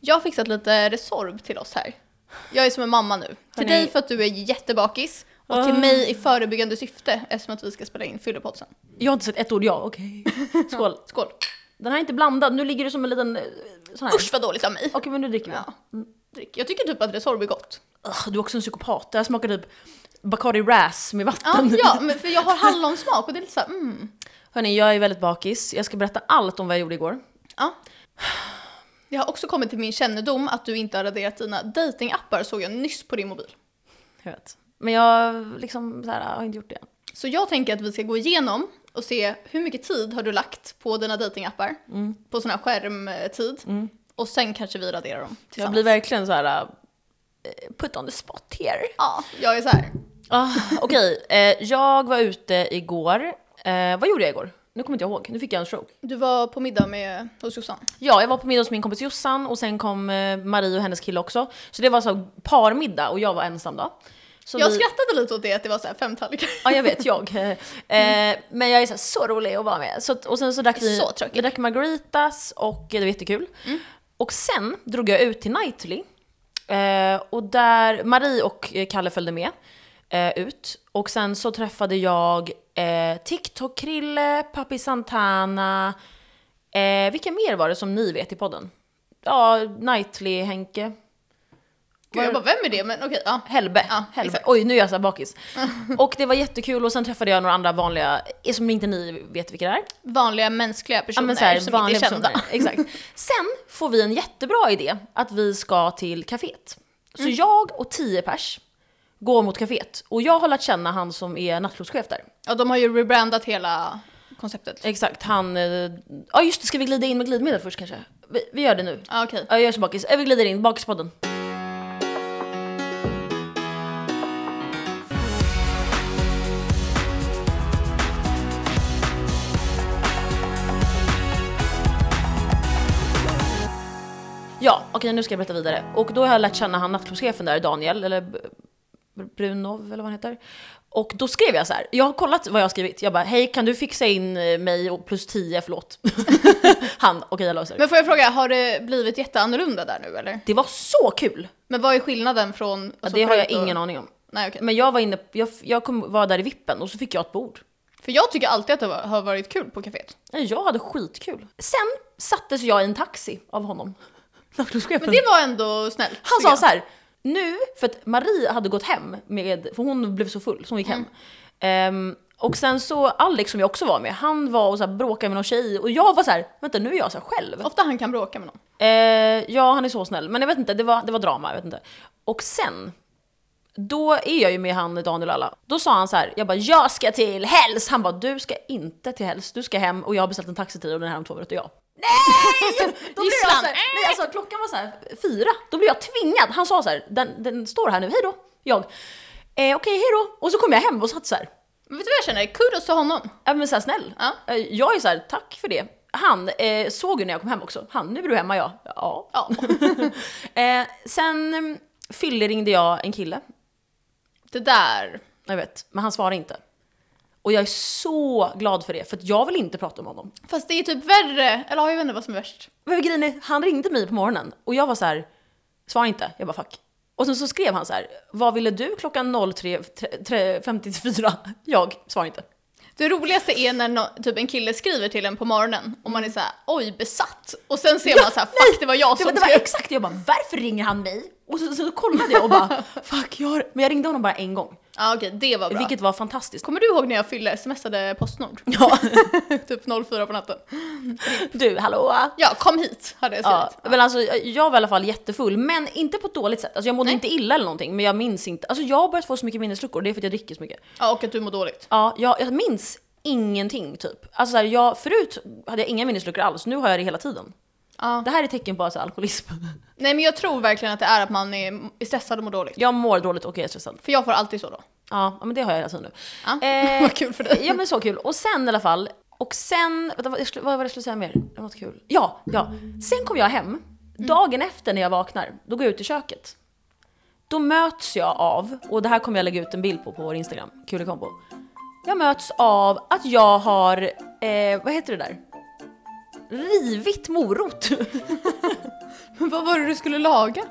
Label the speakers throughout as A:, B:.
A: Jag har fixat lite Resorb till oss här. Jag är som en mamma nu. Till
B: Hörni.
A: dig för att du är jättebakis och till
B: Ah.
A: mig i förebyggande syfte eftersom att vi ska spela in Fyllepodden sen.
B: Jag har inte sett ett ord jag, okej. Skål.
A: Skål!
B: Den här är inte blandad, nu ligger det som en liten eh, sån här.
A: Usch vad dåligt av mig!
B: Okej men nu dricker vi.
A: Ja. Drick. Jag tycker typ att Resorb är gott.
B: Ugh, du är också en psykopat, det här smakar typ Bacardi Ras med
A: Ja,
B: vatten.
A: ja men för jag har hallonsmak och det är lite såhär mm.
B: Hörni, jag är väldigt bakis. Jag ska berätta allt om vad jag gjorde igår.
A: Ja. Det har också kommit till min kännedom att du inte har raderat dina datingappar såg jag nyss på din mobil.
B: Jag vet. Men jag liksom så här, har inte gjort det än.
A: Så jag tänker att vi ska gå igenom och se hur mycket tid har du lagt på dina datingappar
B: Mm.
A: på sån här skärmtid. Och sen kanske vi raderar dem
B: Jag
A: tillsammans.
B: blir verkligen så här eh, put on the spot here.
A: Ja, jag är så här.
B: Ah, Okej, eh, jag var ute igår. Eh, vad gjorde jag igår? Nu kommer inte jag ihåg, nu fick jag en stroke.
A: Du var på middag med, hos Jossan.
B: Ja, jag var på middag hos min kompis Jossan och sen kom eh, Marie och hennes kille också. Så det var så parmiddag och jag var ensam då. Så
A: Jag
B: vi-
A: skrattade lite åt det att det var så här fem tallrikar.
B: Ja, jag vet, jag. Eh, men jag är så, här, så rolig att vara med. Så, att- och sen så drack vi,
A: Så tråkigt. Mm.
B: vi drack margaritas och det var jättekul. Och sen drog jag ut till Nightly. Eh, och där Marie och eh, Kalle följde med eh, ut. Och sen så träffade jag eh, TikTok-Krille, Papi Santana. Eh, vilka mer var det som ni vet i podden? Ja, Nightly-Henke.
A: Gud, jag bara, vem är det? Men okej, ja.
B: Helbe.
A: Ja,
B: Helbe.
A: exakt.
B: Oj, nu är jag så här bakis. och det var jättekul och sen träffade jag några andra vanliga, eh, som inte ni vet vilka det är.
A: Vanliga mänskliga
B: Ja,
A: personer
B: men så här,
A: som
B: vanliga
A: inte är kända.
B: personer. Exakt. Sen får vi en jättebra idé att vi ska till kaféet. Så jag och tio pers går mot kaféet och jag har lärt känna han som är nattklubbschef där.
A: Ja, de har ju rebrandat hela konceptet.
B: Exakt, han... eh, Ja just det, ska vi glida in med glidmedel först kanske? Vi, vi gör det nu.
A: Ja, okej.
B: Ja, jag är så bakis. Eh, Vi glider in, Bakispodden. Ja, okej nu ska jag berätta vidare. Och då har jag lärt känna han nattklubbschefen där, Daniel, eller B- B- Brunov eller vad han heter. Och då skrev jag så här, jag har kollat vad jag har skrivit. Jag bara, hej kan du fixa in eh, mig och plus 10, förlåt. han, okej jag löser det.
A: Men får jag fråga, har det blivit jätteannorlunda där nu eller?
B: Det var så kul!
A: Men vad är skillnaden från... alltså,
B: Ja, det har jag ingen aning om.
A: Nej, okej.
B: Men jag var inne, jag, jag kom, var där i vippen och så fick jag ett bord.
A: För jag tycker alltid att det var- har varit kul på kaféet.
B: Nej, Jag hade skitkul. Sen sattes jag i en taxi av honom.
A: Men det var ändå snällt.
B: Han
A: tycker
B: sa
A: jag.
B: så här, nu, för att Marie hade gått hem med, för hon blev så full så hon gick hem. Ehm, och sen så Alex som jag också var med, han var och så här bråkade med någon tjej och jag var så här, vänta nu är jag så här själv.
A: Ofta han kan bråka med någon.
B: Eh, ja, han är så snäll. Men jag vet inte, det var, det var drama. Jag vet inte. Och sen, då är jag ju med han Daniel och alla. Då sa han så här, jag bara jag ska till Hells. Han bara du ska inte till Hells, du ska hem och jag har beställt en taxi till dig och den är här om två minuter. Jag Nej! Då blev jag så
A: Gisslan.
B: här, nej alltså klockan var så här fyra, då blev jag tvingad. Han sa så här, den, den står här nu, hej då. Jag, eh, okej hej då. Och så kom jag hem och satt så här,
A: Men vet du vad jag känner? Kudos till honom.
B: ja men så här snäll.
A: Ja.
B: Eh, Jag är så här, tack för det. Han eh, såg ju när jag kom hem också. Han, nu är du hemma ja. Ja.
A: Ja.
B: eh, sen mm, fylleringde jag en kille,
A: Det där.
B: jag vet, men han svarade inte. Och jag är så glad för det, för att jag vill inte prata om honom.
A: Fast det är typ värre. Eller ja, jag vet inte vad som är värst.
B: Men grejen är, han ringde mig på morgonen och jag var så här, svara inte. Jag bara fuck. Och sen så skrev han så här, vad ville du klockan 03.54? Jag, svarar inte.
A: Det roligaste är när no- typ en kille skriver till en på morgonen och man är så här, oj besatt. Och sen ser man så här, fuck det var jag
B: Det
A: som
B: var, det var exakt det, jag bara varför ringer han mig? Och så, så, kollade jag och bara fuck, jag har... Men jag ringde honom bara en gång,
A: Ja okej, det var bra.
B: vilket var fantastiskt.
A: Kommer du ihåg när jag fyllde smsade Postnord?
B: Ja,
A: typ 04 på natten.
B: du hallå?
A: Ja, kom hit hade jag
B: Ja,
A: skrivit.
B: men alltså, jag- jag var i alla fall jättefull, men inte på ett dåligt sätt. Alltså, jag mådde inte illa eller någonting, men jag minns inte. Alltså, jag har börjat få så mycket minnesluckor, det är för att jag dricker så mycket.
A: Ja, och att du mår dåligt.
B: Ja, jag, jag minns ingenting typ. Alltså, så här, jag, förut hade jag inga minnesluckor alls, nu har jag det hela tiden.
A: Ja.
B: Det här är tecken på alltså, alkoholism.
A: Nej men jag tror verkligen att det är att man är är stressad och mår dåligt.
B: Jag mår dåligt och jag är stressad.
A: För jag får alltid så då.
B: Ja, ja, men det har jag hela tiden nu.
A: Ja,
B: Eh,
A: vad kul för dig.
B: Ja men så kul. Och sen i alla fall, och sen, vänta, vad, jag skulle- vad var det jag skulle säga mer? Det var något kul. Ja, ja. Sen kom jag hem, dagen efter när jag vaknar, då går jag ut i köket. Då möts jag av, och det här kommer jag lägga ut en bild på på vår Instagram, kul i kombo. Jag möts av att jag har, eh, vad heter det där? Rivit morot.
A: Men vad var det du skulle laga?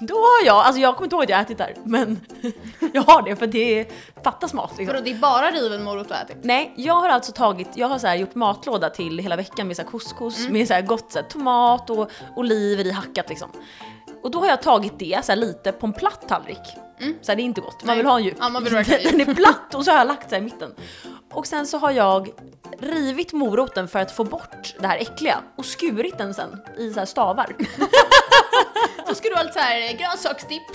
B: Då har jag, alltså jag kommer inte ihåg att jag har ätit där, men jag har det för det fattas mat. Liksom.
A: Vadå, det är bara riven morot du har ätit?
B: Nej, jag har alltså tagit, jag har så här gjort matlåda till hela veckan med så här couscous
A: Mm.
B: med så här gott så här tomat och oliver i hackat liksom. Och då har jag tagit det så här lite på en platt tallrik. Så här, det är inte gott, man
A: Mm. Nej.
B: vill ha en djup.
A: Ja, man vill verkligen ha
B: Den är platt och så har jag lagt så här i mitten. Och sen så har jag rivit moroten för att få bort det här äckliga och skurit den sen i så här stavar.
A: Så eh, ska du ha lite såhär grönsakstipp.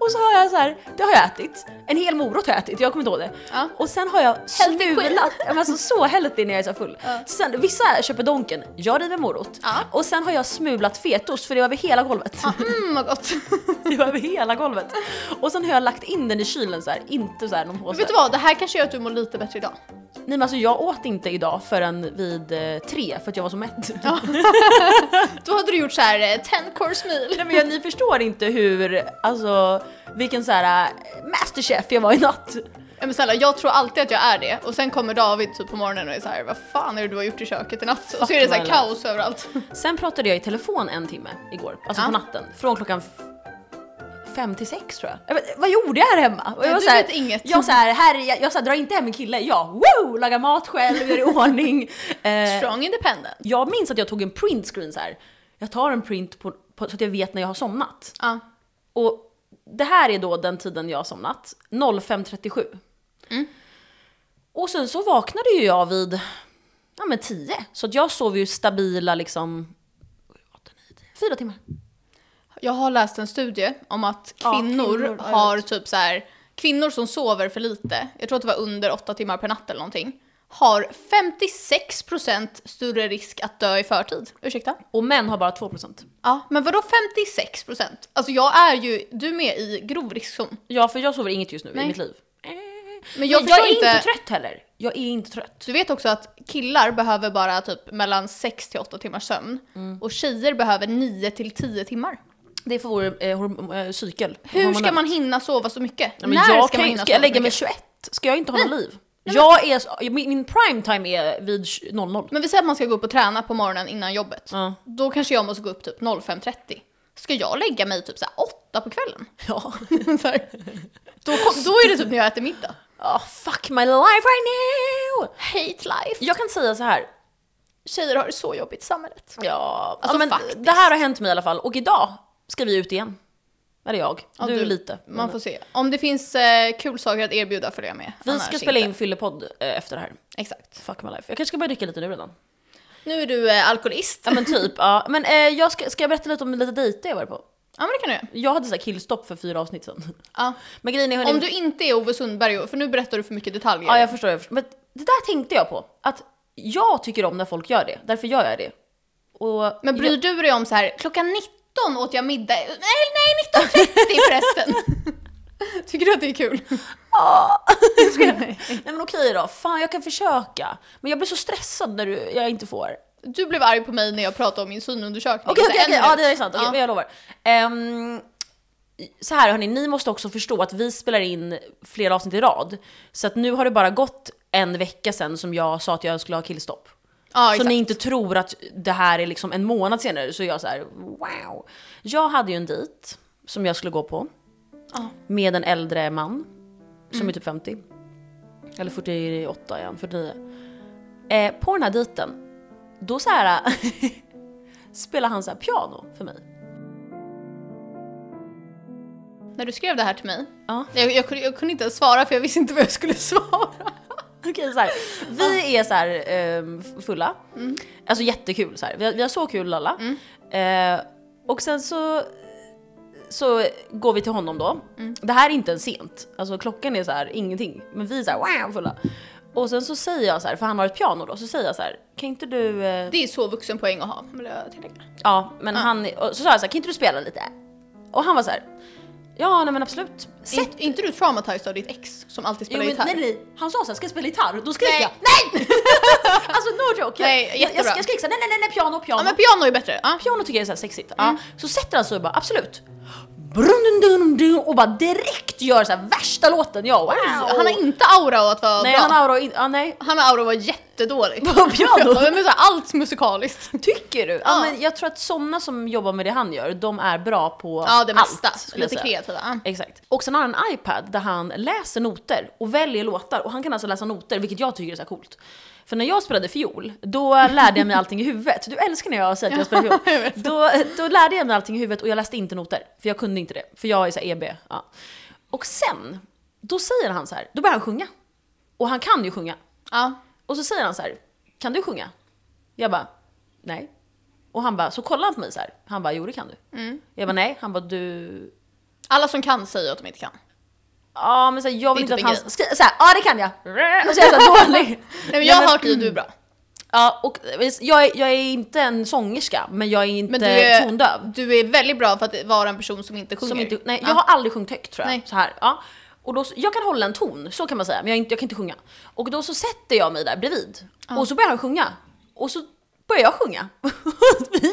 B: Och så har jag så här, det har jag ätit. En hel morot har jag ätit, jag kommer inte ihåg det.
A: Ja.
B: Och sen har jag
A: Healthy
B: smulat, Ja, men alltså så healthy när jag är så här full.
A: Ja.
B: Sen, vissa köper donken, jag river morot.
A: Ja.
B: Och sen har jag smulat fetost för det var över hela golvet.
A: Ja, mm vad gott.
B: Det var över hela golvet. Och sen har jag lagt in den i kylen så här, inte så här någon påse.
A: Vet du vad, det här kanske gör att du mår lite bättre idag.
B: Nej men alltså jag åt inte idag förrän vid eh, tre för att jag var så mätt.
A: Då hade du gjort så här 10 course meal.
B: Nej, men jag, ni förstår inte hur, alltså vilken så här eh, masterchef jag var i natt.
A: Ja, men snälla, jag tror alltid att jag är det och sen kommer David typ på morgonen och är så här, vad fan är det du har gjort i köket i natt? Och så är det så här
B: my
A: kaos överallt.
B: Sen pratade jag i telefon en timme igår, alltså
A: Ja.
B: på natten. Från klockan f- fem till sex tror jag. jag vet, vad gjorde jag här hemma? Och jag
A: Nej,
B: var
A: du
B: så här,
A: vet inget.
B: Jag, så här, här, jag, jag så här, drar inte hem en kille, jag woo, lagar mat själv, gör i ordning. Eh,
A: Strong independent.
B: jag minns att jag tog en print screen så här. Jag tar en print på, på, så att jag vet när jag har somnat.
A: Ja.
B: Och det här är då den tiden jag har somnat, 05.37.
A: Mm.
B: Och sen så vaknade ju jag vid ja, men 10, så att jag sov ju stabila liksom åtta, nio, tio, fyra timmar.
A: Jag har läst en studie om att
B: Ja,
A: kvinnor,
B: kvinnor, ja, jag
A: har typ så här, kvinnor som sover för lite, jag tror att det var under åtta timmar per natt eller någonting, har 56% större risk att dö i förtid. Ursäkta?
B: Och män har bara 2%.
A: Ja, men vadå 56%? Alltså jag är ju, du är med i grov riskzon.
B: Ja, för jag sover inget just nu
A: Nej.
B: i mitt liv.
A: Men jag
B: Jag,
A: förstår
B: jag är inte...
A: inte
B: trött heller. Jag är inte trött.
A: Du vet också att killar behöver bara typ mellan 6 till 8 timmars sömn
B: Mm.
A: och tjejer behöver 9 till 10 timmar.
B: Det är för vår eh, horm- eh, cykel.
A: Hur
B: Hormonell.
A: ska man hinna sova så mycket?
B: Ja, men
A: När
B: jag
A: ska
B: kan,
A: man
B: ju-
A: hinna
B: Ska jag
A: sova så
B: lägga mig
A: mycket?
B: 21? Ska jag inte ha något liv? Jag är, så- min, min prime time är vid 00.
A: Men vi säger att man ska gå upp och träna på morgonen innan jobbet.
B: Ja.
A: Då kanske jag måste gå upp typ 05.30. Ska jag lägga mig typ så här 8 på kvällen?
B: Ja.
A: så här. Då, kom, då är det typ när jag äter middag.
B: Oh, fuck my life right now!
A: Hate life.
B: Jag kan säga så här.
A: Tjejer har det så jobbigt i samhället.
B: Ja,
A: Alltså,
B: ja, men
A: faktiskt.
B: det här har hänt mig i alla fall och idag ska vi ut igen. Eller jag,
A: Ja,
B: du,
A: du.
B: lite.
A: Man får se. Om det finns eh, kul saker att erbjuda följer jag med.
B: Vi
A: Annars
B: ska spela
A: inte.
B: in fyllepodd eh, efter det här.
A: Exakt.
B: Fuck my life. Jag kanske ska börja dricka lite nu redan.
A: Nu är du eh, alkoholist.
B: Ja men typ, ja. Men eh, jag ska, ska jag berätta lite om lite dejter jag var på?
A: Ja men det kan du göra.
B: Jag hade så här killstopp för fyra avsnitt sedan.
A: ja.
B: Men grejen är hörni,
A: Om du inte är Ove Sundberg, för nu berättar du för mycket detaljer.
B: Ja jag förstår, jag förstår. Men det där tänkte jag på. Att jag tycker om när folk gör det, därför gör jag det. Och
A: Men bryr du dig om så här, klockan 19 åt jag middag, nej nej 19.30 förresten. Tycker du att det är kul?
B: Ah. Nej men okej då, fan jag kan försöka. Men jag blir så stressad när du, jag inte får. Okej
A: Du blev arg på mig när jag pratade om min synundersökning.
B: okej
A: Så
B: okej,
A: en
B: ja
A: minut.
B: det är sant, Okej,
A: Ja.
B: men jag lovar. Ehm, så här hörni, ni måste också förstå att vi spelar in flera avsnitt i rad. Så att nu har det bara gått en vecka sedan som jag sa att jag skulle ha killstopp.
A: Ja,
B: så
A: exakt.
B: ni inte tror att det här är liksom en månad senare så är jag så här, wow. Jag hade ju en dejt som jag skulle gå på.
A: Ja. Mm.
B: Med en äldre man. Som är typ 50. Eller 48 är han, 49. Eh, på den här dejten, då så här spelar han så här piano för mig.
A: När du skrev det här till mig,
B: Ja.
A: jag, jag, kunde- jag kunde inte ens svara för jag visste inte vad jag skulle svara.
B: Okej, så här. Vi är så här ehm, f- fulla. Alltså jättekul så här. Vi har, vi har så kul alla. Eh, och sen så, så går vi till honom då. Det här är inte ens sent. Alltså klockan är så här ingenting. Men vi är så här wow fulla. Och sen så säger jag så här, för han har ett piano då, så säger jag så här, kan inte du... eh,
A: Det är så vuxenpoäng att ha, vill jag tillägga.
B: Ja, men han... och Så sa jag så här, kan inte du spela lite? Och han var så här, ja nej men absolut.
A: Är inte- är inte du traumatized av ditt ex som alltid
B: Jo,
A: spelar
B: men,
A: gitarr?
B: nej, nej, han sa såhär, ska jag spela gitarr? Då skrek
A: Nej.
B: jag NEJ! alltså no joke. Jag-
A: Nej,
B: jag, jag,
A: jättebra.
B: jag skrek såhär nej, nej nej nej piano piano.
A: Ja men piano är bättre. Ah, Ja. Mm.
B: Piano tycker jag är såhär sexigt. Ja. Så sätter han sig och bara absolut. Brun, dun, dun, dun, och bara direkt gör såhär värsta låten. Jag wow.
A: Han har inte aura av att vara
B: nej,
A: bra.
B: han har aura och in, ja, nej.
A: Han har aura av att vara jättedålig.
B: På piano?
A: Ja, men så här, allt musikaliskt.
B: Tycker du? Ja,
A: Ja.
B: Men jag tror att sådana som jobbar med det han gör, de är bra på
A: Ja, det mesta.
B: allt. skulle jag
A: Lite
B: säga.
A: kreativa. Ah. ja.
B: Exakt. Och sen har han en iPad där han läser noter och väljer låtar och han kan alltså läsa noter vilket jag tycker är så här coolt. För när jag spelade fiol, då lärde jag mig allting i huvudet. Du älskar när jag säger att jag spelar fiol.
A: jag vet.
B: Då, då lärde jag mig allting i huvudet och jag läste inte noter. För jag kunde inte det. För jag är så här EB. Ja. Och sen, då säger han så här, då börjar han sjunga. Och han kan ju sjunga.
A: Ja.
B: Och så säger han så här, kan du sjunga? Jag bara, nej. Och han bara, så kollar han på mig så här. Han bara, jo det kan du.
A: Mm.
B: Jag bara, nej. Han bara, du
A: Alla som kan säger att de inte kan.
B: Ja men så här, jag vill
A: Det
B: inte
A: är
B: att
A: typ en
B: han skriver såhär, ja det kan jag! Och så är jag såhär dålig.
A: Nej, men jag
B: men- mm.
A: har hört dig, du är bra.
B: Ja och visst, jag är, jag är inte en sångerska men jag är inte
A: Men du är,
B: tondöv.
A: du är väldigt bra för att vara en person som inte sjunger.
B: Som inte, nej,
A: Ja.
B: jag har aldrig sjungit högt tror jag.
A: Nej.
B: Så här, ja. och då, så- jag kan hålla en ton, så kan man säga, men jag, är inte, jag kan inte sjunga. Och då så sätter jag mig där bredvid och så börjar han sjunga. Och så börjar jag sjunga. vi,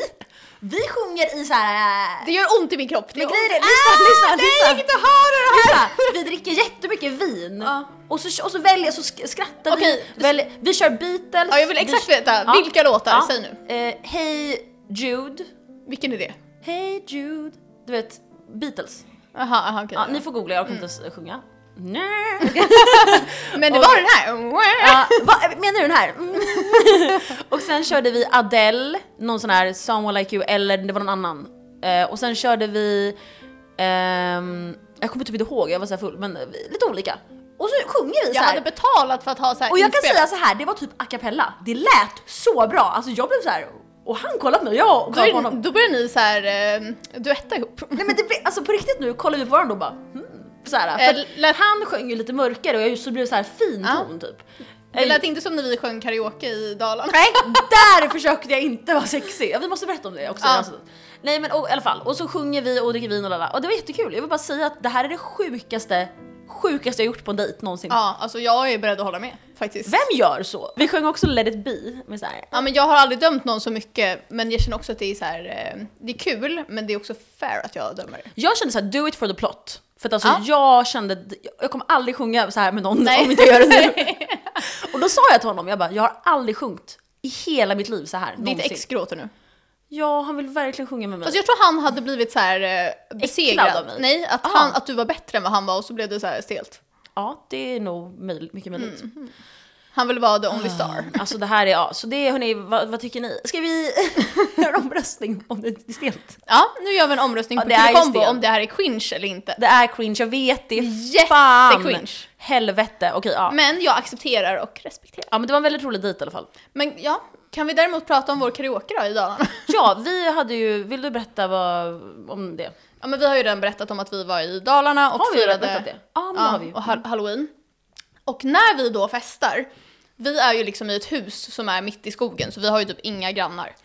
B: vi sjunger i så här.
A: Det gör ont i min kropp. Det
B: Men
A: gör
B: grejen är,
A: ont.
B: lyssna, lyssna,
A: nej,
B: lyssna!
A: jag kan inte höra det här!
B: Lyssna, vi dricker jättemycket vin
A: Ja.
B: och, så, och så väljer, så sk- skrattar
A: Okej.
B: vi. Väljer, vi kör Beatles.
A: Ja, jag vill exakt
B: vi,
A: veta.
B: Ja.
A: Vilka låtar?
B: Ja.
A: Säg nu.
B: Eh, Hej Jude.
A: Vilken är det?
B: Hej Jude. Du vet, Beatles.
A: Aha, aha, okej.
B: Ja, ni får googla, jag kan
A: Mm.
B: inte ens sjunga. Nej.
A: Men det
B: Och-
A: var den här.
B: Ja, va, menar du den här? Mm. och sen körde vi Adele, någon sån här “Someone Like You” eller det var någon annan. Eh, och sen körde vi, ehm, jag kommer typ inte ihåg, jag var så här full, men eh, vi- lite olika. Och så sjunger vi så
A: Jag
B: här.
A: hade betalat för att ha så här
B: och jag kan
A: inspelat.
B: säga så här, det var typ a cappella. Det lät så bra, alltså jag blev så här. och han kollade på mig och jag
A: Då,
B: kollade på
A: är,
B: honom.
A: då börjar ni så här eh, duetta ihop.
B: Nej men det blev, alltså på riktigt nu kollar vi på varandra och bara hmm. så här, för
A: Eh,
B: att han sjöng ju lite mörkare och jag just så blev det så här fin
A: Ja.
B: ton typ.
A: Det lät inte som när vi sjöng karaoke i Dalarna.
B: Nej, där försökte jag inte vara sexig. Ja, vi måste berätta om det också.
A: Ja.
B: Alltså. Nej men och, i alla fall, och så sjunger vi och dricker vin och lala. Och det var jättekul. Jag vill bara säga att det här är det sjukaste, sjukaste jag gjort på en dejt någonsin.
A: Ja, alltså jag är beredd att hålla med faktiskt.
B: Vem gör så? Vi sjöng också Let it be med så här.
A: Ja, men jag har aldrig dömt någon så mycket, men jag känner också att det är så här, eh, det är kul, men det är också fair att jag dömer.
B: Jag kände så här, do it for the plot. För att alltså
A: Ja.
B: jag kände, jag kommer aldrig sjunga så här med någon
A: Nej.
B: om inte jag gör det nu. och då sa jag till honom, jag bara, jag har aldrig sjungit i hela mitt liv så här
A: Ditt
B: någonsin.
A: ex gråter nu.
B: Ja, han vill verkligen sjunga med mig.
A: Alltså jag tror han hade blivit så här eh, besegrad.
B: av mig?
A: Nej, att,
B: Ah.
A: han, att du var bättre än vad han var och så blev det så här stelt.
B: Ja, det är nog möj- mycket
A: Mm.
B: möjligt.
A: Han ville vara the only star.
B: Alltså det här är, ja, så det hörni, vad, vad tycker ni? Ska vi göra en omröstning om det är stelt?
A: Ja, nu gör vi en omröstning
B: Ja,
A: på
B: det är ju
A: Kilikombo
B: stelt.
A: om det här är cringe eller inte.
B: Det är cringe, jag vet det. Fan! Mm.
A: Jättecringe!
B: Helvete, okej ja.
A: Men jag accepterar och respekterar.
B: ja men det var en väldigt rolig dejt i alla fall.
A: Men ja, kan vi däremot prata om vår karaoke då i Dalarna?
B: Ja, vi hade ju, vill du berätta vad, om det?
A: Ja men vi har ju redan berättat om att vi var i Dalarna och
B: Har vi redan
A: firade
B: berättat det? Ja, men det
A: ja,
B: har vi ju.
A: och ha- halloween. Och när vi då festar, vi är ju liksom i ett hus som är mitt i skogen så vi har ju typ inga grannar.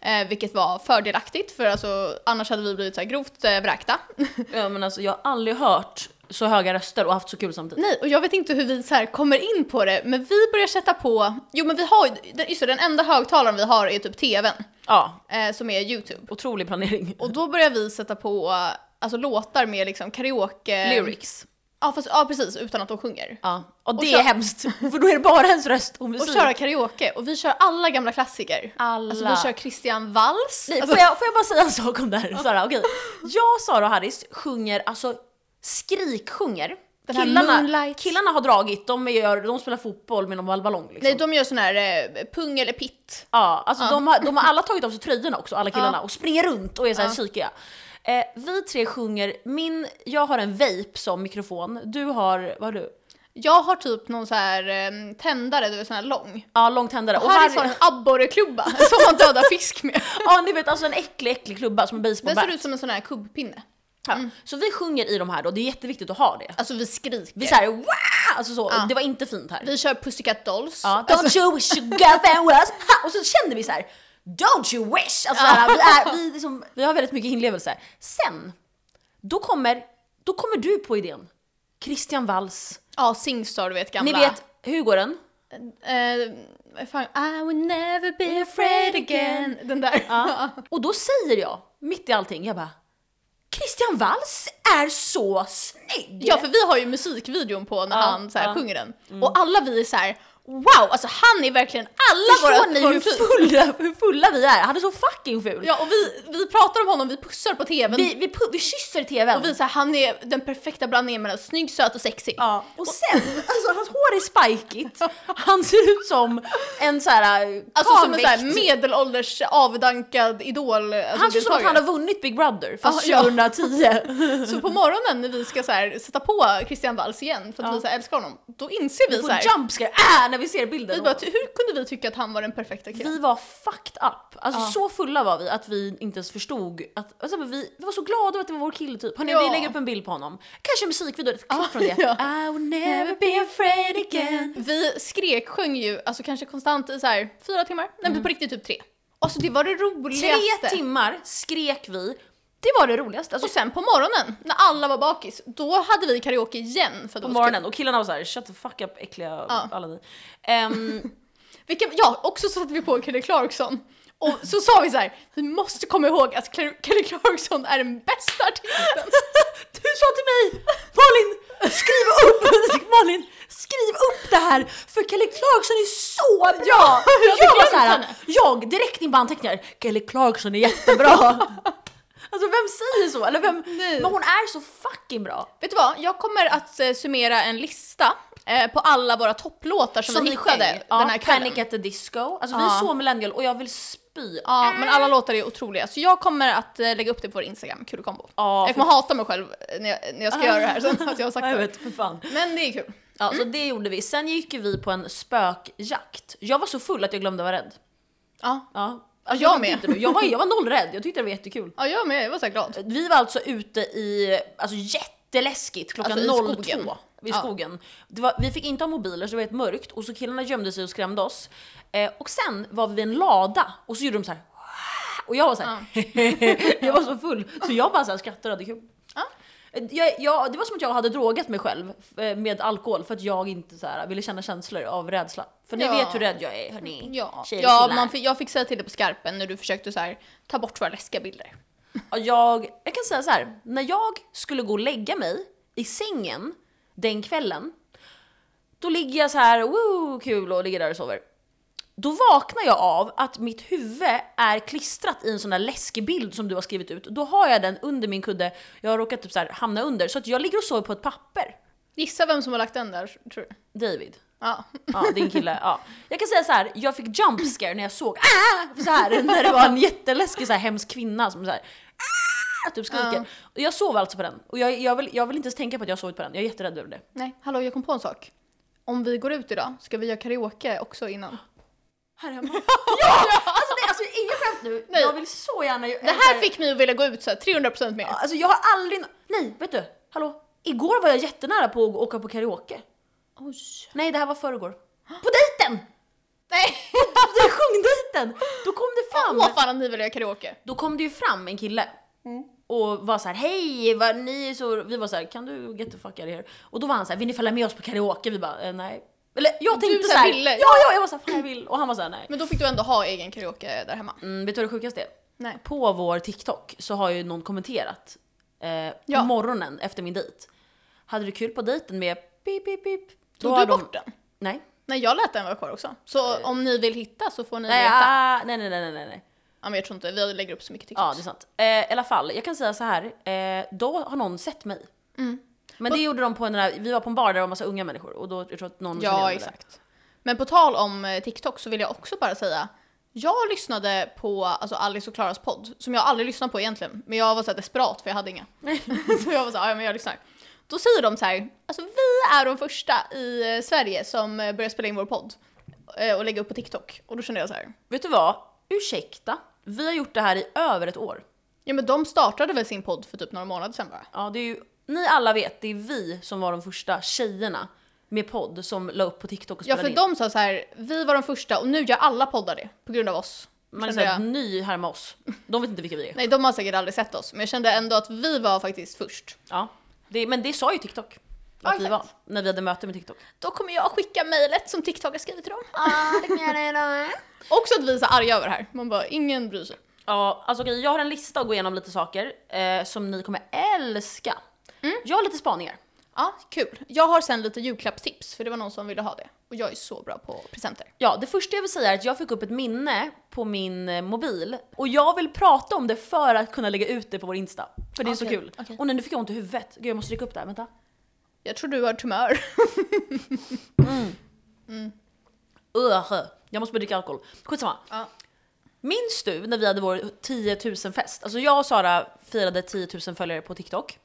A: Eh, vilket var fördelaktigt för alltså, annars hade vi blivit så här grovt eh, vräkta.
B: Ja men alltså jag har aldrig hört så höga röster och haft så kul samtidigt.
A: Nej, och jag vet inte hur vi så här kommer in på det, men vi börjar sätta på... Jo, men vi har ju... den- Just det, den enda högtalaren vi har är typ tvn,
B: Ja,
A: eh, som är YouTube.
B: otrolig planering.
A: Och då börjar vi sätta på alltså, låtar med liksom karaoke...
B: Lyrics.
A: Ja, fast, ja, precis, utan att de sjunger.
B: Ja, och det
A: kö-
B: är hemskt. För då är det bara ens röst och musik.
A: Och köra karaoke, och vi kör alla gamla klassiker.
B: Alla.
A: Alltså vi kör Christian Vals.
B: Nej,
A: alltså,
B: får, jag, får jag bara säga en sak om det här Sara? Okej. Jag, Sara och Harris sjunger, alltså skriksjunger.
A: Den här
B: Killarna,
A: Moonlight.
B: killarna har dragit, de, gör, de spelar fotboll med någon ballong liksom.
A: Nej, de gör sån här eh, pung eller pitt.
B: Ja, alltså De, har, de har alla tagit av sig tröjorna också, alla killarna, och springer runt och är så här
A: Ja.
B: psykiga. Eh, vi tre sjunger, min, jag har en vape som mikrofon, du har, vad har du?
A: Jag har typ någon så här eh, tändare, du vet sån här lång.
B: Ja, långtändare.
A: Och Harry har en abborreklubba som man dödar fisk med.
B: ja ni vet alltså en äcklig, äcklig klubba som en
A: Den
B: basebollbat.
A: ser ut mm. som en sån här kubbpinne.
B: Ja. Så vi sjunger i de här då, det är jätteviktigt att ha det.
A: Alltså vi skriker.
B: Vi såhär wow! Alltså så, det var inte fint här.
A: Vi kör Pussycat Dolls.
B: Ja, don't
A: alltså,
B: you wish your girlfriend was hot? Och så kände vi så här. Don't you wish! Alltså, så här, vi, är, vi, liksom, vi har väldigt mycket inlevelse. Sen, då kommer, då kommer du på idén. Christian Walls.
A: ja Singstar du vet gamla.
B: Ni vet, hur går den?
A: Eh, vad fan, I will never be afraid again. Den där.
B: Ja. Och då säger jag, mitt i allting, jag bara Christian Walls är så snygg!
A: Ja för vi har ju musikvideon på när han så här,
B: ja. Mm.
A: sjunger den. Och alla vi är så här: wow, alltså han är verkligen alla våra
B: Förstår ni hur
A: folk-
B: fulla, hur fulla vi är? Han är så fucking ful!
A: Ja och vi, vi pratar om honom, vi pussar på tvn.
B: Vi, vi, pu- vi kysser i tvn!
A: och vi säger han är den perfekta blandningen mellan snygg, söt och sexig.
B: Ja, och sen, alltså hans hår är spikigt. Han ser ut som en så här eh,
A: Alltså som en sån här
B: konvikt.
A: medelålders avdankad idol. Alltså,
B: Han ser ut som att han
A: deltagare.
B: har vunnit Big Brother fast
A: Ja, ja.
B: 2010.
A: Så på morgonen när vi ska så här, sätta på Christian Walls igen för att
B: Ja.
A: vi så här, älskar honom, då inser vi,
B: Vi
A: så
B: får
A: här,
B: jump scare äh, när vi ser bilden.
A: vi bara, hur kunde vi tycka att han var den perfekta killen?
B: vi var fucked up. Alltså
A: Ja.
B: så fulla var vi att vi inte ens förstod att, alltså, men vi, vi var så glada över att det var vår kille typ. Hörrni,
A: Ja.
B: vi lägger upp en bild på honom. Kanske en musikvideo, ett klipp från det.
A: ja.
B: I will never be afraid again.
A: Vi skrek, sjöng ju alltså kanske konstant i så här, fyra timmar, nej men på riktigt typ tre. Alltså det var det roligaste.
B: Mm. Tre timmar skrek vi. Det var det roligaste. Alltså,
A: Och sen på morgonen, när alla var bakis, då hade vi karaoke igen. För att det
B: på
A: var så
B: morgonen och killarna var såhär shut the fuck up äckliga
A: Ja.
B: alla ni. Ehm,
A: kul. Vilken, ja, också så satte vi på Kelly Clarkson. Och så sa vi så här, vi måste komma ihåg att Cla- Kelly Clarkson är den bästa artisten.
B: du sa till mig Malin skriv upp Malin skriv upp det här för Kelly Clarkson är så bra!
A: Ja, jag hade
B: jag var
A: glömt
B: såhär,
A: henne.
B: jag direkt in på anteckningar Kelly Clarkson är jättebra. alltså vem säger så? Eller vem?
A: Nej.
B: Men hon är så fucking bra.
A: Vet du vad, jag kommer att eh, summera en lista eh, på alla våra topplåtar som, vi hittade
B: Ja,
A: den här kvällen.
B: Panic at the disco. Alltså vi
A: Ja.
B: är så millennial och jag vill spy.
A: Ja, men alla låtar är otroliga. Så jag kommer att eh, lägga upp det på vår Instagram, kul kombo.
B: Ja,
A: jag kommer hata mig själv eh, när jag, när jag ska göra det här sen, att jag har sagt
B: jag
A: det.
B: vet, för fan.
A: Men det är kul.
B: Ja,
A: Mm.
B: så det gjorde vi. Sen gick ju vi på en spökjakt. Jag var så full att jag glömde vara rädd.
A: Ja,
B: Ja. Alltså,
A: jag
B: jag,
A: med.
B: vet inte nu. jag, var, jag var noll rädd, jag tyckte det var jättekul.
A: ja jag med, jag var så här glad.
B: Vi var alltså ute i, alltså jätteläskigt, klockan
A: Alltså, i
B: 02.
A: skogen.
B: I
A: Ja.
B: skogen. Det var, vi fick inte ha mobiler så det var helt mörkt och så killarna gömde sig och skrämde oss. Eh, och sen var vi vid en lada och så gjorde de så här. Och jag var så här. jag var så full så jag bara så här skrattade och hade kul.
A: Ja.
B: Eh, Jag, jag, det var som att jag hade drogat mig själv eh, med alkohol för att jag inte så här, ville känna känslor av rädsla. För ni
A: Ja.
B: vet hur rädd jag är hörni.
A: Ja,
B: Tjejer och
A: ja
B: killar.
A: man fick, jag fick säga till dig på skarpen när du försökte så här, ta bort våra läskiga bilder.
B: Och jag, jag kan säga så här. när jag skulle gå och lägga mig i sängen den kvällen, då ligger jag så här, woo, kul och ligger där och sover. Då vaknar jag av att mitt huvud är klistrat i en sån där läskig bild som du har skrivit ut. Då har jag den under min kudde, jag har råkat typ så här hamna under, så att jag ligger och sover på ett papper.
A: Gissa vem som har lagt den där, tror du?
B: David.
A: Ja.
B: Ja, din kille. Ja. Jag kan säga så här, jag fick jump scare när jag såg ah! så här, när det var en jätteläskig så här, hemsk kvinna som så här, ah! typ skriker.
A: Ja.
B: Och jag sov alltså på den. Och jag, jag, vill, jag vill inte ens tänka på att jag sovit på den, jag är jätterädd över det.
A: Nej, hallå jag kom på en sak. Om vi går ut idag, ska vi göra karaoke också innan?
B: Här hemma. ja! Alltså, det, alltså inget skämt nu,
A: Nej.
B: jag vill så gärna...
A: Det här fick mig att vilja gå ut så här, 300% mer.
B: Alltså jag har aldrig... Nej, vet du? Hallå? Igår var jag jättenära på att åka på karaoke.
A: Oj.
B: Nej, det här var förrgår. På dejten!
A: Nej!
B: På sjungdejten! Då kom det fram...
A: Åh fan om ni vill göra karaoke.
B: då kom det ju fram en kille
A: Mm.
B: och var så här: hej, vad, ni är så... Vi var så här, kan du get the fuck out of here? Och då var han så här, vill ni följa med oss på karaoke? Vi bara, eh, nej. Eller jag
A: Du
B: tänkte
A: så
B: så
A: här
B: här,
A: ville.
B: ja, ja, jag var så här, fan jag vill. Och han var så här, nej.
A: Men då fick du ändå ha egen karaoke där hemma.
B: Mm, vet du vad det sjukaste är?
A: Nej.
B: På vår TikTok så har ju någon kommenterat eh,
A: Ja.
B: på morgonen efter min dejt. Hade du kul på dejten med pip, pip, pip? Då
A: Tog
B: har
A: du
B: de-
A: bort den?
B: Nej.
A: Nej, jag lät den vara kvar också. Så om ni vill hitta så får ni
B: Nej,
A: veta.
B: ah, nej, nej, nej, nej, nej, nej.
A: Ja, men jag tror inte, vi lägger upp så mycket
B: Ja,
A: TikToks.
B: det är sant. Eh, I alla fall, jag kan säga så här. Eh, då har någon sett mig.
A: Mm.
B: Men det gjorde de på en den där, vi var på en bar där det var massa unga människor och då jag tror att någon kände igen
A: ja
B: mig
A: exakt. Men på tal om eh, TikTok så vill jag också bara säga, jag lyssnade på alltså Alice och Klaras podd, som jag aldrig lyssnat på egentligen, men jag var så här desperat för jag hade inga. så jag var så här, ja men jag lyssnar. Då säger de så här, alltså vi är de första i eh, Sverige som eh, börjar spela in vår podd eh, och lägga upp på TikTok. Och då kände jag så här,
B: där. Vet du vad? Ursäkta, vi har gjort det här i över ett år.
A: ja men de startade väl sin podd för typ några månader sedan bara.
B: Ja, det är ju, ni alla vet, det är vi som var de första tjejerna med podd som la upp på TikTok och
A: Ja
B: spelade
A: för
B: in.
A: de sa så här, vi var de första och nu gör alla poddar det på grund av oss.
B: Man är
A: Kände
B: såhär
A: jag.
B: ny här med oss. De vet inte vilka vi är.
A: Nej de har säkert aldrig sett oss, men jag kände ändå att vi var faktiskt först.
B: Ja, det, men det sa ju TikTok. Att
A: Ja,
B: vi var,
A: exakt.
B: när vi hade möte med TikTok.
A: Då kommer jag skicka mejlet som TikTok har skrivit till dem.
B: Ja, det kan jag göra idag.
A: Också att vi är så arga över det här. Man bara, ingen bryr sig.
B: Ja, alltså okej, jag har
A: Mm.
B: en lista att gå igenom lite saker eh, som ni kommer älska. Jag har lite spaningar.
A: Ja, Ja, kul. Jag har sen lite julklappstips för det var någon som ville ha det. Och jag är så bra på presenter.
B: Ja, det första jag vill säga är att jag fick upp ett minne på min eh, mobil och jag vill prata om det för att kunna lägga ut det på vår Insta. För det är så
A: Okej,
B: kul.
A: okej.
B: Och nej, nu fick jag ont i huvudet. Gud, jag måste rycka upp det här, vänta.
A: Jag tror du har tumör.
B: Öh, Mm. jag måste börja dricka alkohol. Skitsamma.
A: Ja.
B: Minns du när vi hade vår 10 000-fest? Alltså jag och Sara firade 10 000 följare på TikTok.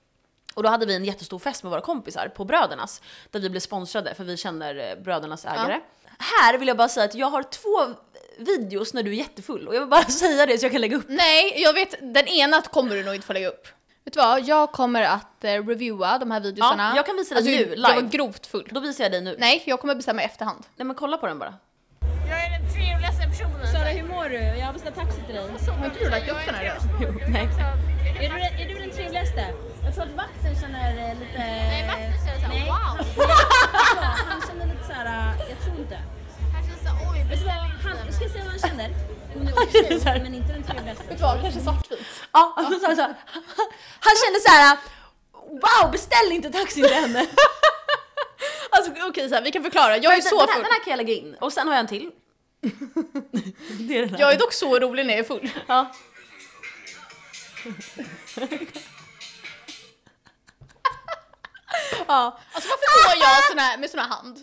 B: Och då hade vi en jättestor fest med våra kompisar på Brödernas. Där vi blev sponsrade för vi känner eh, Brödernas ägare. Här vill jag bara säga att jag har två videos när du är jättefull och jag vill bara säga det så jag kan lägga upp.
A: Nej, jag vet. Den ena kommer du nog inte få lägga upp. Vet du vad? Jag kommer att eh, reviewa de här videosarna. Alltså,
B: Ja, jag kan visa dig nu,
A: Jag
B: live.
A: var grovt full.
B: Då visar jag dig nu. Nej,
A: Nej, jag kommer bestämma i efterhand.
B: men kolla på den bara.
C: Jag är den trevligaste personen.
D: Sara hur mår du? Jag har beställt taxi till dig.
A: Har inte du lagt upp den här idag?
B: Nej.
D: Är du, är du den trevligaste? Jag tror att vakten känner eh, lite...
C: Nej, vakten känner såhär,
D: Nej.
C: wow!
D: Ja, han känner lite såhär, jag tror inte.
C: Han känner såhär, oj,
D: Vet du vad,
C: beställ inte
D: han,
C: mig.
D: ska jag säga vad han känner? Hon är okej,
B: så här.
D: men inte den trevligaste.
A: Vet du vad? Kanske svartvit.
B: Ja, alltså, så, här- så, här. han kände så här. Wow, beställ inte taxin till henne.
A: Alltså okej, så här, vi kan förklara. Jag är
B: Den, den,
A: så
B: här,
A: full.
B: den här kan jag lägga in. Och sen har jag en till. det är den här.
A: Jag är dock så rolig när jag är full.
B: Ja. ja.
A: Alltså varför går jag sån här, med sån här hand?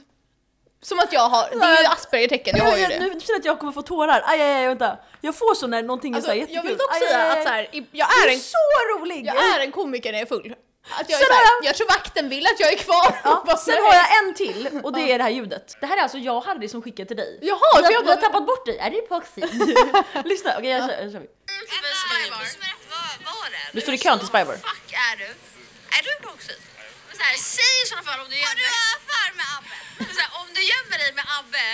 A: Som att jag har, det är ju Asperger-tecken, jag har ju
B: Jag-
A: det.
B: Nu känner jag att jag kommer få tårar. Aj, aj, aj, vänta. Jag får så när någonting
A: Alltså,
B: är så här
A: jag vill
B: jättekul.
A: dock
B: Aj,
A: säga
B: aj, aj.
A: att så här, i- jag,
B: Du
A: är
B: är
A: en,
B: så rolig!
A: jag är en komiker när jag är full. Att jag, är
B: Sen
A: så här,
B: har jag-
A: jag tror vakten vill att jag är kvar. och bara,
B: Ja, sen
A: nej.
B: har jag en till och det är det här ljudet. Det här är alltså jag och Harry som skickar till dig.
A: Jaha,
B: vi
A: för
B: har,
A: jag
B: vi har
A: bara,
B: tappat bort dig. Är det epoxy? Lyssna, okej jag kör. jag kör. Du står i kön till Spybar.
C: fuck är du? Är du proxy? Men så här, säg i sådana fall om du gömmer dig. Har du affär med Abbe? Men så här, om du gömmer dig med Abbe,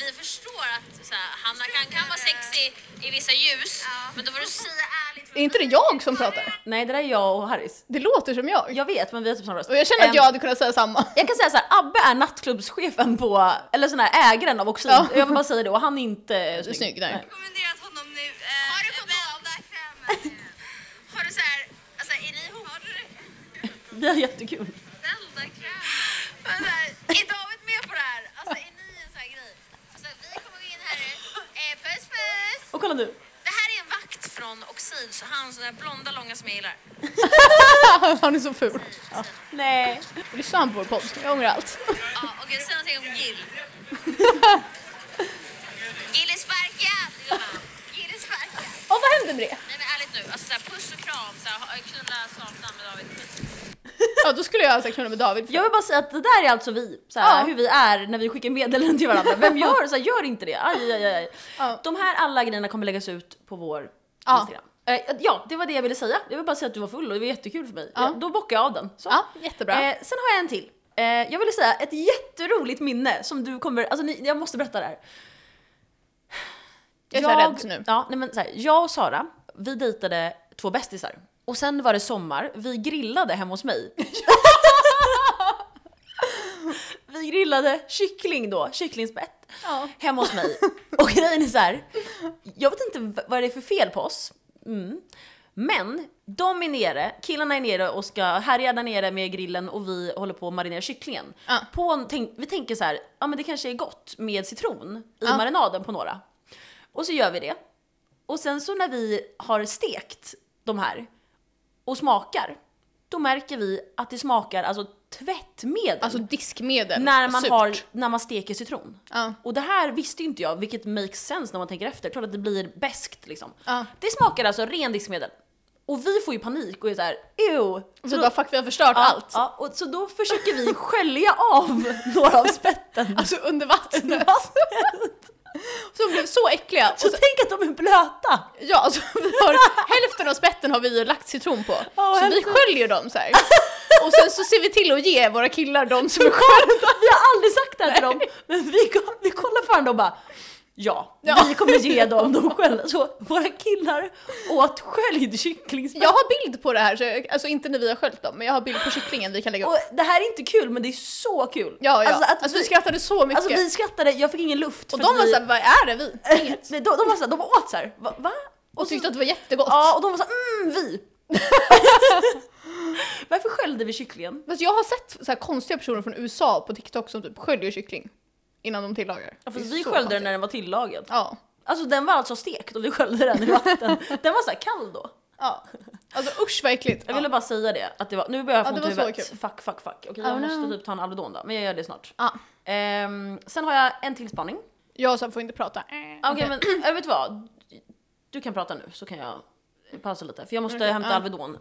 C: vi förstår att så här, han kan, kan vara sexig i vissa ljus, men då får du säga ärligt.
A: är inte det jag som pratar?
B: Nej det där är jag och Harris.
A: Det låter som jag.
B: Jag vet men vi har typ samma röst.
A: Och jag känner
B: Em,
A: att jag hade kunnat säga samma.
B: Jag kan säga så här, Abbe är nattklubbschefen på, eller sån här ägaren av Oxid.
A: Ja.
B: Jag vill bara säga det och han är inte snygg.
A: Snygg, nej.
C: rekommenderat honom nu. Eh, har du kondom? Har du så här, alltså är ni ihop? Har du det?
B: Vi har jättekul.
C: Men där, är David med på det här? Alltså är ni en sån här grej? Alltså, vi kommer gå in här nu. Eh, puss puss!
B: Och kolla nu.
C: Det här är en vakt från Oxid, så han sån där blonda långa som jag gillar.
A: Han är så ful.
B: Nej.
A: Lyssna han på vår podd? Jag ångrar allt.
C: Ja, okej, säg någonting om Gill. Gill är sparkad! gumman. Gill är sparkad.
A: Och vad hände med det?
C: Nej men ärligt nu, alltså så här, puss och kram, så här, knulla saknar med David. Puss.
A: Ja, då skulle jag alltså knulla med David.
B: Jag vill bara säga att det där är alltså vi, så här,
A: Ja.
B: hur vi är när vi skickar meddelanden till varandra. Vem gör så här, gör inte det? Aj, aj, aj, aj.
A: Ja.
B: De här alla grejerna kommer läggas ut på vår
A: Ja.
B: Instagram. Eh, ja, det var det jag ville säga. Jag vill bara säga att du var full och det var jättekul för mig.
A: Ja.
B: Ja. då bockar jag av den. Så.
A: Ja, jättebra.
B: Eh, sen har jag en till. Eh, jag ville säga ett jätteroligt minne som du kommer, alltså ni, jag måste berätta det här.
A: Jag är så här rädd nu.
B: Ja, nej men så här, jag och Sara, vi dejtade två bästisar. Och sen var det sommar, vi grillade hemma hos mig. vi grillade kyckling då, kycklingspett.
A: Ja.
B: Hemma hos mig. Och grejen är så här. jag vet inte v- vad det är för fel på oss. Mm. Men de är nere, killarna är nere och ska härja där nere med grillen och vi håller på att marinera kycklingen.
A: Ja.
B: På en, tänk, vi tänker så här, ja men det kanske är gott med citron i
A: Ja.
B: marinaden på några. Och så gör vi det. Och sen så när vi har stekt de här och smakar, då märker vi att det smakar alltså tvättmedel
A: Alltså diskmedel.
B: när, man
A: Surt.
B: har, när man steker citron.
A: Ja.
B: Och det här visste ju inte jag, vilket makes sense när man tänker efter. Klart att det blir beskt liksom.
A: Ja.
B: Det smakar alltså ren diskmedel. Och vi får ju panik och är såhär ew!
A: Så vi bara fuck vi har förstört allt.
B: Ja, och så då försöker vi skölja av några av spetten.
A: Alltså under vattnet.
B: Vattnet.
A: Som blev så äckliga. Och
B: så
A: så,
B: tänk att de är blöta!
A: ja, alltså, vi har, hälften av spetten har vi ju lagt citron på.
B: Ja,
A: så vi
B: hälften.
A: sköljer dem så här. Och sen så ser vi till att ge våra killar de som är sköna.
B: Vi har aldrig sagt det här till dem, men vi, ko- vi kollar på varandra och bara Ja,
A: Ja.
B: vi kommer ge dem de själva. Så våra killar åt sköljd kycklingspett.
A: Jag har bild på det här, så jag, alltså inte när vi har sköljt dem, men jag har bild på kycklingen vi kan lägga upp.
B: Och det här är inte kul men det är så kul!
A: Ja, ja.
B: Alltså, att
A: alltså, vi,
B: vi,
A: skrattade så mycket.
B: alltså vi skrattade, jag fick ingen luft.
A: och
B: för
A: de
B: att
A: var
B: vi-
A: såhär, vad är det vi?
B: Nej, de, de var såhär, de åt såhär, va? va? Alltså-
A: Och tyckte att det var jättegott.
B: Ja, och de var såhär, mm, vi! Varför sköljde vi kycklingen.
A: Fast jag har sett så här konstiga personer från USA på TikTok som typ sköljer kyckling innan de tillagar.
B: Ja,
A: Det
B: fast
A: är
B: vi
A: så
B: sköljde den
A: konstigt.
B: när den var tillagad.
A: Ja.
B: Alltså den var alltså stekt och vi sköljde den i vatten. Den var så här kall då.
A: ja. Alltså usch vad äckligt.
B: Jag ville bara säga det, att det var, nu börjar jag få
A: Ja, det
B: ont i
A: var så
B: huvudet.
A: kul.
B: Fuck, fuck, fuck. Okej,
A: Oh
B: jag
A: no.
B: måste typ ta en Alvedon då, men jag gör det snart.
A: Ja.
B: Ehm, sen har jag en till spaning. Ah,
A: Jag så här, får inte prata. Eh,
B: Okej, men jag vet vad? Du kan prata nu så kan jag pausa lite, för jag måste hämta
A: ja.
B: Alvedon.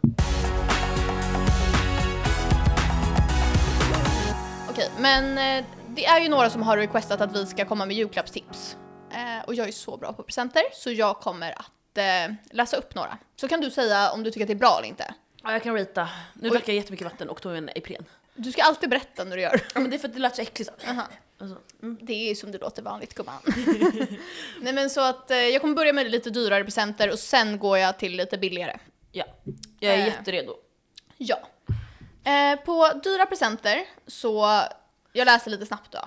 A: Okej, men eh, det är ju några som har requestat att vi ska komma med julklappstips. Eh, och jag är så bra på presenter så jag kommer att eh, läsa upp några. Så kan du säga om du tycker att det är bra eller inte.
B: Ja, jag kan rita. Nu
A: Oj.
B: drack jag jättemycket vatten och tog en Ipren.
A: Du ska alltid berätta när du gör.
B: Ja, men det är för att det lät så äckligt. Alltså,
A: Det är ju som det låter vanligt gumman. Nej men så att eh, jag kommer börja med lite dyrare presenter och sen går jag till lite billigare.
B: ja, jag är
A: Eh.
B: jätteredo.
A: Ja. Eh, på dyra presenter så, jag läser lite snabbt då.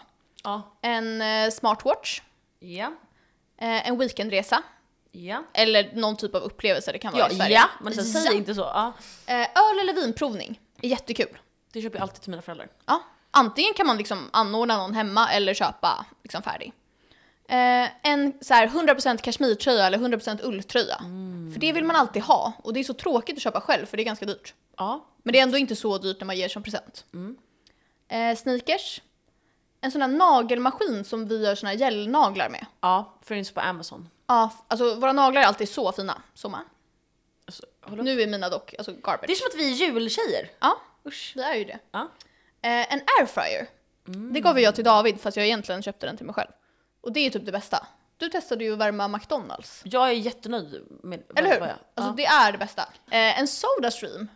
B: Ja.
A: En eh, smartwatch,
B: Ja.
A: eh, en weekendresa
B: Ja.
A: eller någon typ av upplevelse det kan vara
B: Ja,
A: i Sverige.
B: ja. Men så säg
A: Ja.
B: inte så. Ja.
A: Eh, öl eller vinprovning är jättekul.
B: Det köper jag alltid till mina föräldrar.
A: Ja. Antingen kan man liksom anordna någon hemma eller köpa liksom färdig. Eh, en så här 100% kashmirtröja eller 100% ulltröja.
B: Mm.
A: För det vill man alltid ha och det är så tråkigt att köpa själv för det är ganska dyrt.
B: Ja.
A: Men det är ändå inte så dyrt när man ger som present.
B: Mm.
A: Eh, sneakers. En sån här nagelmaskin som vi gör såna här gelnaglar med.
B: Ja, finns på Amazon.
A: Ja, f- alltså våra naglar är alltid så fina. Sommar.
B: Alltså, håll upp.
A: Nu är mina dock alltså garbage.
B: Det är som att vi är jultjejer.
A: Ja, usch. Det är ju det.
B: Ja.
A: Eh, en airfryer. Det gav ju jag till David fast jag egentligen köpte den till mig själv. Och det är ju typ det bästa. Du testade ju att värma McDonalds.
B: Jag är jättenöjd med
A: Eller hur?
B: vad jag-
A: Alltså
B: ja.
A: det är det bästa. Eh, en Sodastream.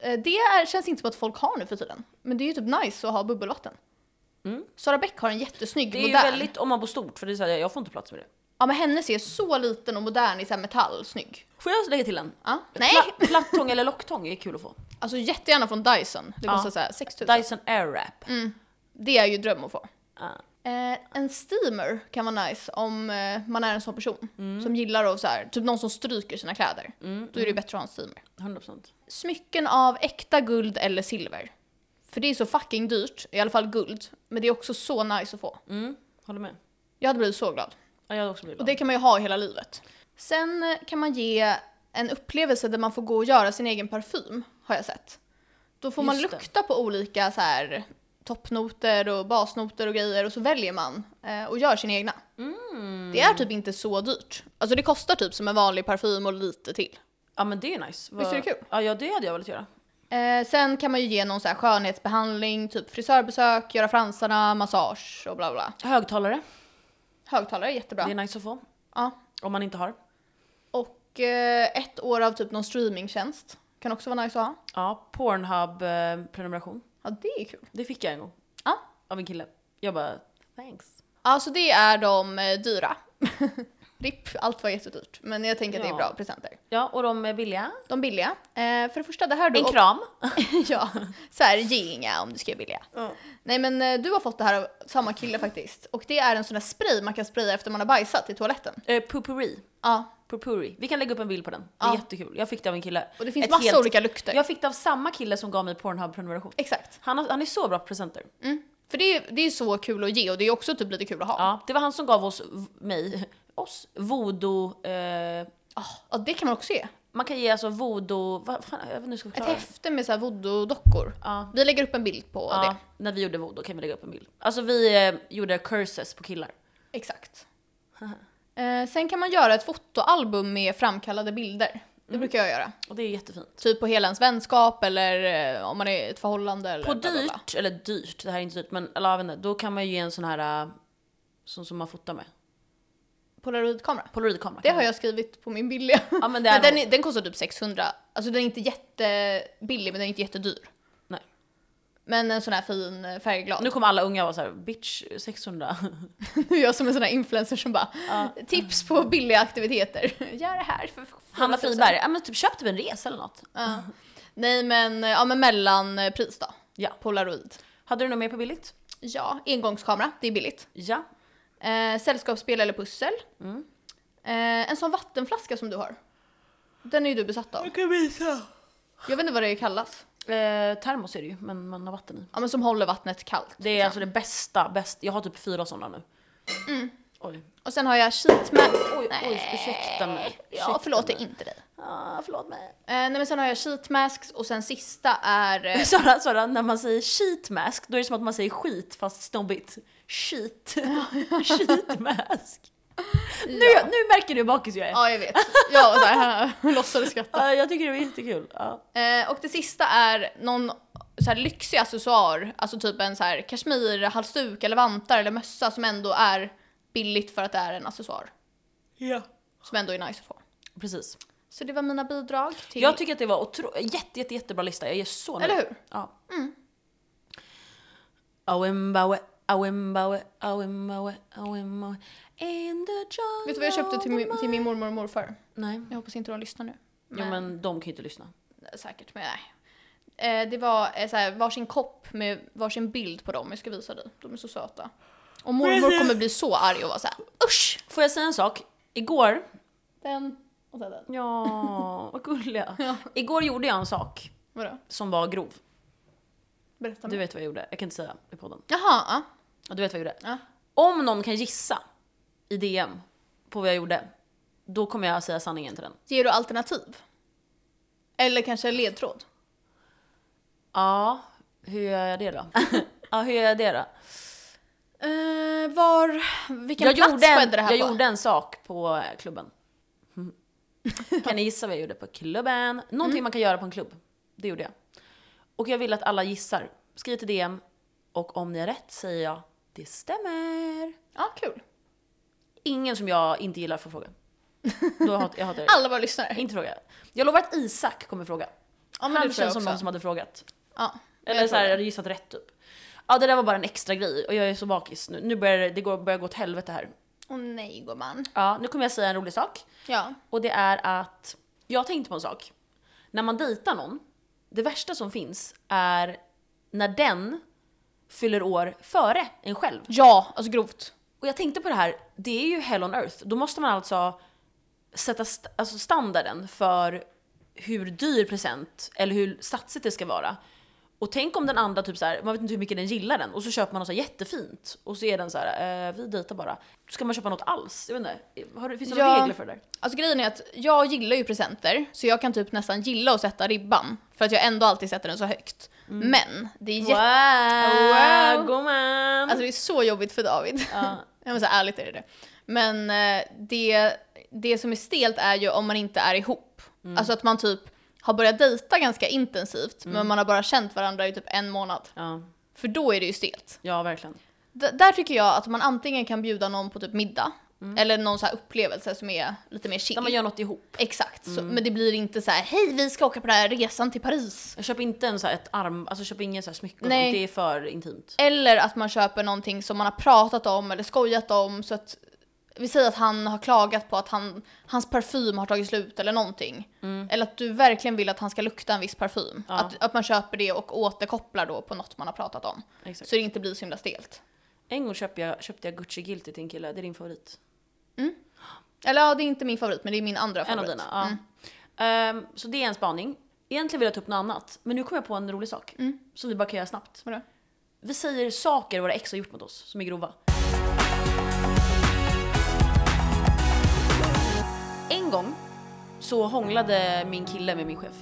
A: Eh, det är, känns inte som att folk har nu för tiden. Men det är ju typ nice att ha bubbelvatten. Sara Bäck har en jättesnygg
B: Mm. det är ju
A: modern.
B: väldigt om man bor stort för det är så här, jag får inte plats med det.
A: Ja men hennes är så liten och modern i så här metall, snygg.
B: Får jag lägga till en?
A: Ja. Nej!
B: Pla- plattång eller locktång är kul att få.
A: Alltså jättegärna från Dyson. Det
B: Ja.
A: kostar såhär 6000.
B: Dyson Airwrap.
A: Det är ju dröm att få.
B: Ja.
A: Eh, en steamer kan vara nice om eh, man är en sån person som gillar att så här, typ någon som stryker sina kläder. Då är det bättre att ha en steamer.
B: 100%.
A: Smycken av äkta guld eller silver. För det är så fucking dyrt, i alla fall guld. Men det är också så nice att få.
B: Mm, håller med.
A: Jag hade blivit så glad.
B: Ja, jag hade också blivit
A: Och
B: glad.
A: det kan man ju ha hela livet. Sen eh, kan man ge en upplevelse där man får gå och göra sin egen parfym, har jag sett. Då får man
B: Just det.
A: lukta på olika så här, toppnoter och basnoter och grejer och så väljer man eh, och gör sin egna.
B: Mm.
A: Det är typ inte så dyrt. Alltså det kostar typ som en vanlig parfym och lite till.
B: Ja men det är nice.
A: Visst är det kul?
B: Ja, ja det hade jag velat göra.
A: Eh, sen kan man ju ge någon så här skönhetsbehandling, typ frisörbesök, göra fransarna, massage och bla bla.
B: Högtalare,
A: Högtalare är jättebra.
B: det är nice att få.
A: Ja.
B: Om man inte har.
A: Och eh, ett år av typ någon streamingtjänst kan också vara nice att ha.
B: Ja, Pornhub-prenumeration.
A: Ja, det är kul.
B: Det fick jag en gång.
A: Ja.
B: Av en kille. Jag bara, thanks.
A: Alltså det är de eh, dyra. RIP, allt var jättedyrt. Men jag tänker att det är
B: Ja.
A: bra presenter.
B: Ja, och de är billiga.
A: De billiga. Eh, för det första, det här du...
B: En kram.
A: ja, så här, ge inga om du ska göra billiga. Nej men eh, du har fått det här av samma kille faktiskt. Och det är en sån där spray man kan spraya efter man har bajsat i toaletten.
B: Eh, pupuri.
A: Ja,
B: Pupuri. Vi kan lägga upp en bild på den. Det är
A: Ja.
B: jättekul. Jag fick det av en kille.
A: och det finns
B: Ett
A: massa
B: helt-
A: olika lukter.
B: Jag fick det av samma kille som gav mig Pornhub-prenumeration.
A: Exakt.
B: Han, har- han är så bra på presenter.
A: Mm. För det är, det är så kul att ge och det är också typ lite kul att ha. Ja,
B: Ja, det var han som gav oss, v- mig, oss, voodoo... Eh,
A: ja, Ah, det kan man också ge.
B: man kan ge alltså voodoo... Vad fan, jag vet inte hur jag ska
A: Ett
B: förklara.
A: häfte med så här voodoo-dockor.
B: Ja.
A: Vi lägger upp en bild på
B: Ja,
A: det.
B: när vi gjorde voodoo kan vi lägga upp en bild. Alltså vi eh, gjorde curses på killar.
A: Exakt. Eh, sen kan man göra ett fotoalbum med framkallade bilder.
B: Mm.
A: Det brukar jag göra.
B: Och det är jättefint.
A: Typ på hela ens vänskap eller eh, om man är i ett förhållande eller
B: På
A: bla, bla, bla.
B: dyrt, eller dyrt, det här är inte dyrt men eller, jag vet inte, då kan man ju ge en sån här eh, som, som man fotar med.
A: Polaroidkamera.
B: Polaroidkamera.
A: Det
B: kan
A: har
B: man-
A: jag skrivit på min billiga.
B: Ja, men det är
A: den,
B: nog-
A: är, den kostar typ 600. Alltså den är inte jättebillig men den är inte jättedyr.
B: Nej.
A: Men en sån här fin eh, färgglad.
B: Nu kommer alla unga vara så här: bitch 600.
A: Nu är jag som en sån här influencer som bara tips på billiga aktiviteter. Gör det här för 400 000.
B: Hanna Friberg, ja men typ köp typ en resa eller något.
A: Ja. Nej men, eh, ja men mellanpris då.
B: Ja.
A: Polaroid.
B: Hade du något mer på billigt?
A: Ja, engångskamera, det är billigt.
B: Ja.
A: Eh, sällskapsspel eller pussel.
B: Mm.
A: Eh, en sån vattenflaska som du har. Den är ju du besatt av.
B: kan visa.
A: Jag vet inte vad det kallas.
B: Eh, termos är det ju, men man har vatten i.
A: Ja men som håller vattnet kallt.
B: Det är
A: liksom.
B: alltså det bästa, bäst. jag har typ fyra sådana nu.
A: Mm.
B: Oj.
A: Och sen har jag sheet med...
B: Oj, oj, ursäkta mig.
A: Ja, förlåt, det är inte dig.
B: Ah, förlåt mig.
A: Eh, nej men sen har jag sheet masks och sen sista är... eh,
B: Sara, Sara, när man säger sheet mask, då är det som att man säger skit fast snobbigt. Sheet. sheet mask. Nu, nu märker du hur bakis jag är.
A: Ja jag vet. Jag var såhär, låtsades skratta.
B: Ja, jag tycker det var jättekul. Ja.
A: Eh, och det sista är någon så här lyxig accessoar, alltså typ en så här kashmirhalsduk eller vantar eller mössa som ändå är billigt för att det är en accessoar.
B: ja.
A: Som ändå är nice att få.
B: Precis.
A: Så det var mina bidrag till...
B: Jag tycker att det var otro- jätte, jätte, jättebra lista, jag är så nöjd.
A: Eller hur? Mm.
B: Ja. Awimbawe, awimbawe, awimbawe, awimbawe. In the jungle
A: Vet du vad jag köpte till min,
B: of
A: till
B: the
A: min mormor och morfar?
B: Nej.
A: Jag hoppas inte de lyssnar nu.
B: Jo men de kan ju inte lyssna.
A: Säkert, men nej. Eh, det var eh, så här, varsin kopp med varsin bild på dem. Jag ska visa dig. De är så söta. Och mormor kommer bli så arg och vara såhär usch!
B: Får jag säga en sak? Igår,
A: Den och sen den.
B: ja vad gulliga. Igår gjorde jag en sak
A: Vadå?
B: som var grov.
A: Berätta.
B: Du
A: mer.
B: vet vad jag gjorde, jag kan inte säga i podden.
A: Jaha, ja.
B: Ja, du vet vad jag gjorde.
A: Ja.
B: Om någon kan gissa i DM på vad jag gjorde, då kommer jag säga sanningen till den.
A: Ger du alternativ? Eller kanske en ledtråd?
B: Ja, hur gör jag det då? ja, hur gör jag det då?
A: Eh, var, vilken
B: jag
A: plats
B: gjorde, en,
A: skedde det här
B: jag
A: på?
B: gjorde en sak på eh, klubben. kan ni gissa vad jag gjorde på klubben? Någonting
A: Mm.
B: man kan göra på en klubb. Det gjorde jag. Och jag vill att alla gissar. Skriv till DM och om ni har rätt säger jag det stämmer.
A: Ja, kul.
B: Ingen som jag inte gillar får fråga. Då hat, jag hatar det.
A: Alla våra lyssnare.
B: Inte fråga. Jag lovar att Isak kommer fråga.
A: Ja, men
B: Han
A: det tror jag
B: känns som någon
A: också.
B: som hade frågat.
A: Ja, jag
B: Eller
A: tror
B: så här, jag
A: det.
B: hade gissat rätt typ. Ja det där var bara en extra grej och jag är så bakis nu. Nu börjar det- det går, börjar gå åt helvete här.
A: Åh nej gumman.
B: Ja, nu kommer jag säga en rolig sak.
A: Ja.
B: Och det är att, jag tänkte på en sak. När man dejtar någon, det värsta som finns är när den fyller år före en själv.
A: Ja, alltså grovt.
B: Och jag tänkte på det här, det är ju hell on earth. Då måste man alltså sätta st- alltså standarden för hur dyr present eller hur satsigt det ska vara. Och tänk om den andra typ så här, man vet inte hur mycket den gillar den och så köper man något så här jättefint och så är den så här, eh, vi dejtar bara. Ska man köpa något alls? Jag vet inte, har, du- finns det några
A: Ja.
B: regler för det där?
A: Alltså grejen är att jag gillar ju presenter, så jag kan typ nästan gilla att sätta ribban. För att jag ändå alltid sätter den så högt.
B: Mm.
A: Men det är jätte...
B: Wow,
A: Wow.
B: gumman!
A: Alltså det är så jobbigt för David.
B: Ja.
A: Ja men så ärligt är det det. Men eh, det, det som är stelt är ju om man inte är ihop.
B: Mm.
A: Alltså att man typ har börjat dejta ganska intensivt
B: Mm.
A: men man har bara känt varandra i typ en månad.
B: ja,
A: För då är det ju stelt.
B: ja, verkligen.
A: D- där tycker jag att man antingen kan bjuda någon på typ middag eller någon så här upplevelse som är lite mer chill.
B: När Mm. man gör Mm. något ihop.
A: Exakt, så, men det blir inte så här hej vi ska åka på den här resan till Paris.
B: Jag köper inte en så här, ett arm, alltså köper ingen så här smycke och
A: Nej.
B: sånt, det är för intimt.
A: Eller att man köper någonting som man har pratat om eller skojat om så att vi säger att han har klagat på att han, hans parfym har tagit slut eller någonting. Eller att du verkligen vill att han ska lukta en viss parfym.
B: Mm. Ja.
A: Att, att man köper det och återkopplar då på något man har pratat om.
B: Exakt.
A: Så det inte blir så himla stelt.
B: En gång köpte jag, köpte jag Gucci Guilty till en kille, det är din favorit.
A: Eller ja, det är inte min favorit men det är min andra favorit. Mm.
B: En av dina, ja. Ehm, så det är en spaning. Egentligen vill jag ta upp något annat, men nu kom jag på en rolig sak.
A: Mm.
B: Som vi bara kan göra snabbt.
A: Vadå?
B: Vi säger saker våra ex har gjort mot oss, som är grova. En gång så hånglade min kille med min chef.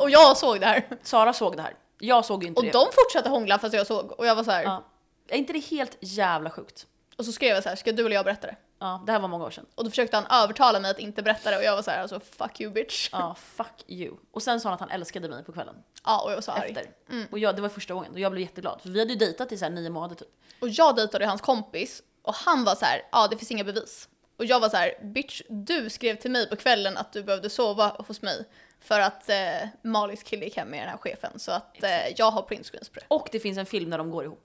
A: och jag såg det här.
B: Sara såg det här. Jag såg ju inte
A: Och
B: det.
A: de fortsatte hångla fast jag såg och jag var så här.
B: Ja. Är inte det helt jävla sjukt?
A: Och så skrev jag så här, ska du eller jag berätta det?
B: Ja, det här var många år sedan.
A: Och då försökte han övertala mig att inte berätta det och jag var så här, alltså fuck you bitch. Ja,
B: Ja, fuck you. Och sen sa han att han älskade mig på kvällen.
A: och jag var så arg. Mm.
B: Efter. Och jag, det var första gången och jag blev jätteglad. För vi hade ju dejtat i så här nio månader typ.
A: Och jag dejtade hans kompis och han var så här, ja det finns inga bevis. Och jag var så här, bitch du skrev till mig på kvällen att du behövde sova hos mig för att eh, Malis kille gick hem med den här chefen så att eh, jag har printscreens på det.
B: Och det finns en film när de går ihop.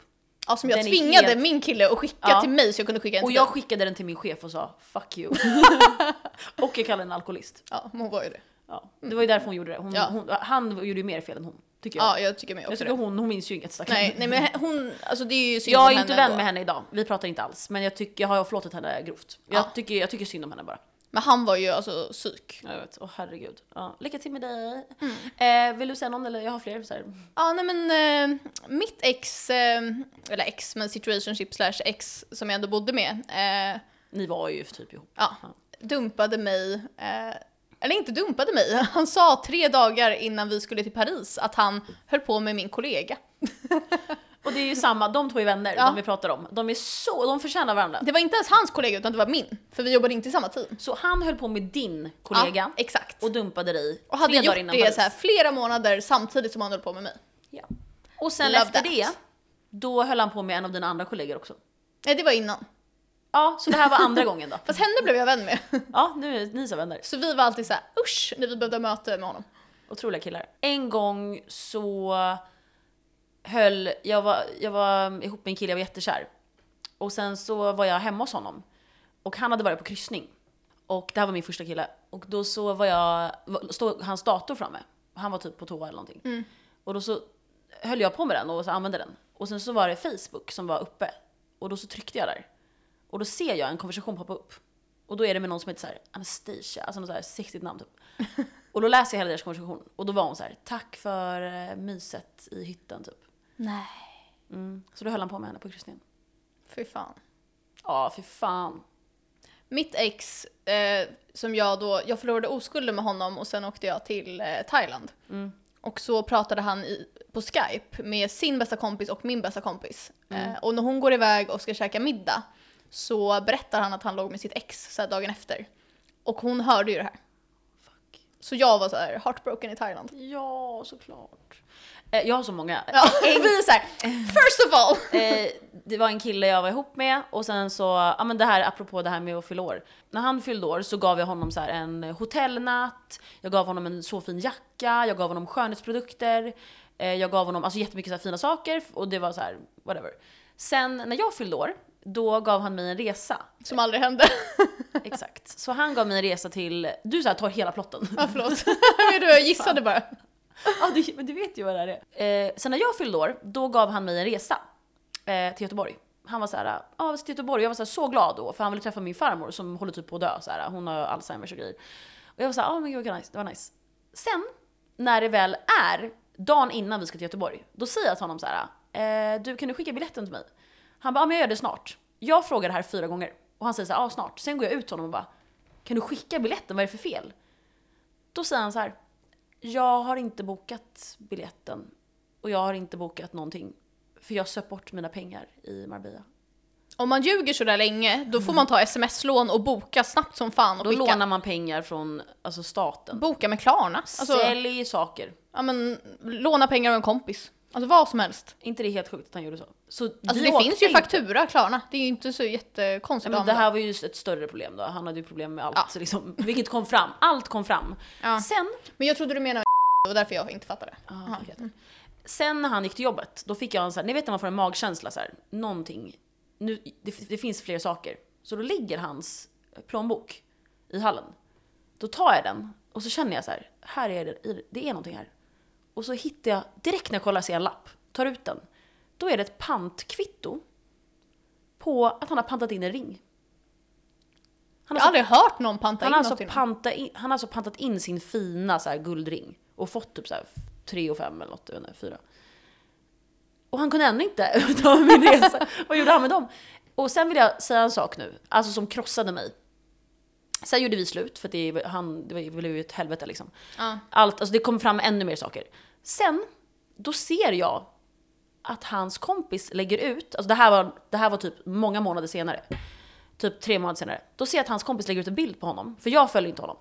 A: Ja, som jag
B: Den är
A: tvingade
B: helt-
A: min kille att skicka
B: Ja.
A: till mig så jag kunde skicka en
B: Och
A: till
B: jag
A: dig.
B: skickade den till min chef och sa fuck you. och jag kallade henne alkoholist.
A: Ja, hon var ju det.
B: Ja. Det var ju därför hon gjorde det. Hon,
A: Ja.
B: hon, han gjorde ju mer fel än hon. Tycker jag.
A: Ja, jag tycker mig
B: jag
A: också
B: tycker
A: det.
B: hon, hon minns ju inget stackarn.
A: Nej, nej men hon, alltså det är ju synd
B: Jag
A: om
B: är inte
A: henne
B: vän
A: ändå.
B: med henne idag, vi pratar inte alls. Men jag, tycker, jag har förlåtit henne grovt. Jag,
A: Ja.
B: tycker, jag tycker synd om henne bara.
A: Men han var ju alltså psyk.
B: Jag vet, åh herregud. Ja, lycka till med dig.
A: Mm.
B: Eh, vill du säga någon eller jag har fler så här.
A: Ja, nej men eh, mitt ex, eh, eller ex men situationship slash ex som jag ändå bodde med, eh,
B: Ni var ju typ ihop.
A: ja, dumpade mig, eh, eller inte dumpade mig, han sa tre dagar innan vi skulle till Paris att han höll på med min kollega.
B: Och det är ju samma, de två är vänner,
A: Ja.
B: de vi pratar om. De är så, de förtjänar varandra.
A: Det var inte ens hans kollega utan det var min, för vi jobbade inte i samma team.
B: Så han höll på med din kollega
A: Ja, exakt.
B: och dumpade dig
A: Och hade
B: tre
A: gjort
B: dagar innan
A: det
B: Paris.
A: så här, flera månader samtidigt som han höll på med mig.
B: Ja. Och sen
A: Love
B: efter
A: that.
B: det, då höll han på med en av dina andra kollegor också.
A: Nej, det var innan.
B: Ja, så det här var andra gången då.
A: Fast henne blev jag vän med.
B: Ja, nu är ni så vänner.
A: Så vi var alltid så här, usch, när vi behövde möte med honom.
B: Otroliga killar. En gång så höll, jag var, jag var ihop med en kille jag var jättekär. Och sen så var jag hemma hos honom. Och han hade varit på kryssning. Och det här var min första kille. Och då så var jag, var- stod hans dator framme. Han var typ på toa eller någonting. Och då så höll jag på med den och så använde den. Och sen så var det Facebook som var uppe. Och då så tryckte jag där. Och då ser jag en konversation poppa upp. Och då är det med någon som heter så här Anastasia, alltså något så här sexigt namn typ. Och då läser jag hela deras konversation och då var hon så här: tack för eh, myset i hytten typ. Mm.
A: Nej.
B: Så då höll han på med henne på kryssningen.
A: Fy fan.
B: Ja, för fan.
A: Mitt ex, eh, som jag då, jag förlorade oskulden med honom och sen åkte jag till eh, Thailand. Och så pratade han i, på Skype med sin bästa kompis och min bästa kompis. Eh, och när hon går iväg och ska käka middag så berättar han att han låg med sitt ex så här, dagen efter. Och hon hörde ju det här. Så jag var så här heartbroken i Thailand.
B: Ja, såklart. Eh, Jag har så många.
A: Ja, vi är så här, first of all!
B: Eh, det var en kille jag var ihop med och sen så, ja men det här apropå det här med att fylla år. När han fyllde år så gav jag honom så här en hotellnatt, jag gav honom en så fin jacka, jag gav honom skönhetsprodukter, eh, jag gav honom alltså jättemycket så här fina saker och det var så här, whatever. Sen när jag fyllde år, då gav han mig en resa.
A: Som aldrig hände.
B: Exakt. Så han gav mig en resa till, du så här tar hela plotten.
A: Ja, förlåt. Men du, jag gissade bara.
B: Ja, du, men du vet ju vad det här är. Eh, sen när jag fyllde år, då gav han mig en resa eh, till Göteborg. Han var såhär, ja vi ska till Göteborg. Jag var så, här, så glad då, för han ville träffa min farmor som håller typ på att dö. Så här, hon har Alzheimers och grejer. Och jag var såhär, ja men gud vad nice, det var nice. Sen, när det väl är dagen innan vi ska till Göteborg, då säger jag till honom såhär, eh, du kan du skicka biljetten till mig? Han bara, ja men jag gör det snart. Jag frågar det här fyra gånger och han säger såhär, ja snart. Sen går jag ut till honom och bara, kan du skicka biljetten? Vad är det för fel? Då säger han så här. Jag har inte bokat biljetten och jag har inte bokat någonting. För jag söp bort mina pengar i Marbella.
A: Om man ljuger sådär länge, då får man ta sms-lån och boka snabbt som fan och
B: Då
A: skicka.
B: lånar man pengar från alltså staten.
A: Boka med Klarna. Alltså,
B: Sälj saker.
A: ja, men, låna pengar av en kompis. Alltså vad som helst.
B: inte det helt sjukt att han gjorde så? så
A: Alltså,
B: vi
A: det finns ju
B: åkte inte.
A: faktura, Klarna. Det är ju inte så jättekonstigt.
B: Nej, men
A: att
B: det
A: använda.
B: här var ju ett större problem då. Han hade ju problem med allt. Så liksom, vilket kom fram. Allt kom fram.
A: Ja.
B: Sen
A: men jag trodde du menade det var därför jag inte fattade.
B: Ja, jag vet. Mm. Sen när han gick till jobbet, då fick jag en så här, ni vet när man får en magkänsla så här, någonting. Nu, det, det finns fler saker. Så då ligger hans plånbok i hallen. Då tar jag den och så känner jag så här, här är det, det är någonting här. Och så hittar jag, direkt när jag kollar ser jag en lapp, tar ut den. Då är det ett pantkvitto på att han har pantat in en ring.
A: Jag
B: Han har
A: har
B: så
A: aldrig hört någon panta
B: han
A: in
B: har,
A: något
B: alltså
A: till någon.
B: panta in, han har alltså pantat in sin fina så här guldring och fått typ så här 3 och 5 eller något, jag vet inte, 4. Och han kunde ännu inte ta min resa. Vad gjorde han med dem? Och sen vill jag säga en sak nu, alltså som krossade mig. Sen gjorde vi slut för att det, han, det var- det blev ju ett helvete liksom.
A: Ja.
B: Allt, alltså det kom fram ännu mer saker. Sen, då ser jag att hans kompis lägger ut, alltså det här var, det här var typ många månader senare, typ tre månader senare, då ser jag att hans kompis lägger ut en bild på honom, för jag följer inte honom.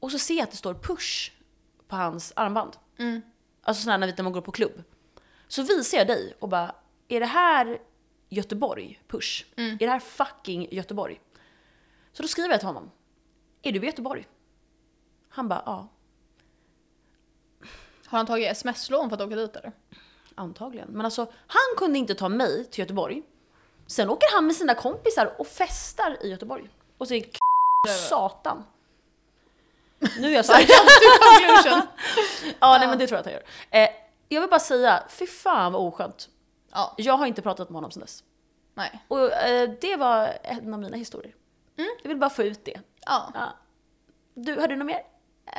B: Och så ser jag att det står push på hans armband. Alltså sådär när vi- när man går på klubb. Så visar jag dig och bara, är det här Göteborg push? Är det här fucking Göteborg? Så då skriver jag till honom, är du i Göteborg? Han bara, ja,
A: Har han tagit sms-lån för att åka dit eller?
B: Antagligen. Men alltså, han kunde inte ta mig till Göteborg. Sen åker han med sina kompisar och festar i Göteborg. Och så är satan. Nu är jag så
A: Conclusion.
B: Ja, nej men det tror jag att han gör. Eh, jag vill bara säga, fy fan vad oskönt.
A: ja,
B: Jag har inte pratat med honom sen dess.
A: nej.
B: Och eh, det var en av mina historier. Jag vill bara få ut det.
A: Ja.
B: Ja. Du, har du något mer?
A: Eh,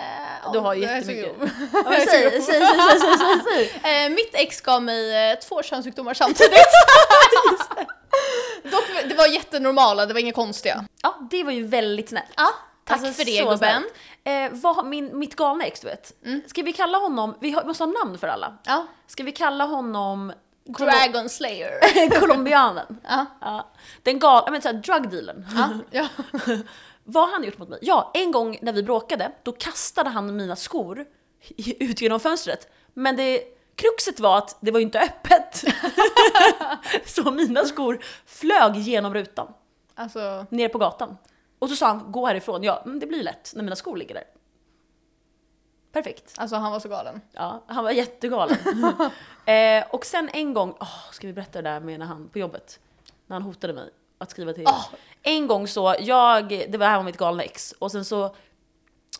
B: Du
A: ja,
B: har
A: jag är så
B: jättemycket.
A: grov.
B: Ja, men säg, säg, säg, säg, säg, säg, säg.
A: Eh, mitt ex gav mig eh, två könssjukdomar samtidigt. Dock, det var jättenormala, det var inga konstiga.
B: Ja, det var ju väldigt snällt.
A: Ja, tack
B: Alltså,
A: för det
B: så Mm.
A: gubben.
B: snällt. Eh, vad, har min, mitt galna ex du vet. Ska vi kalla honom, vi har, måste ha namn för alla.
A: Ja.
B: Ska vi kalla honom Colo-
A: Dragon slayer.
B: Colombianen?
A: Ja.
B: Ja. Den galna, men såhär drugdealern.
A: Ja, ja.
B: Vad har han gjort mot mig? Ja, en gång när vi bråkade, då kastade han mina skor i- ut genom fönstret. Men det kruxet var att det var ju inte öppet. så mina skor flög genom rutan,
A: Alltså,
B: ner på gatan. Och så sa han gå härifrån. Ja, mm, det blir lätt när mina skor ligger där. Perfekt.
A: alltså han var så galen.
B: Ja, han var jättegalen. eh, och sen en gång, åh, ska vi berätta det där med när han på jobbet? När han hotade mig att skriva till.
A: Åh!
B: En gång så, jag, det var här var mitt galna ex, och sen så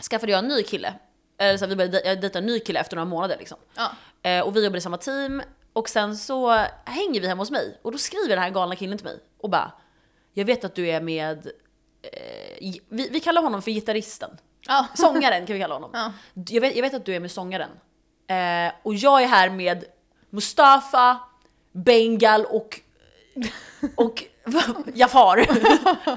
B: skaffade jag en ny kille. Eller så här, vi började dej- jag dejta en ny kille efter några månader liksom.
A: Ja.
B: Eh, och vi jobbade i samma team. Och sen så hänger vi hemma hos mig. Och då skriver den här galna killen till mig och bara, jag vet att du är med, eh, gi- vi, vi kallar honom för gitarristen.
A: Ja.
B: Sångaren kan vi kalla honom.
A: Ja.
B: Jag, vet, jag vet att du är med sångaren. Eh, och jag är här med Mustafa, Bengal och... och Jafar.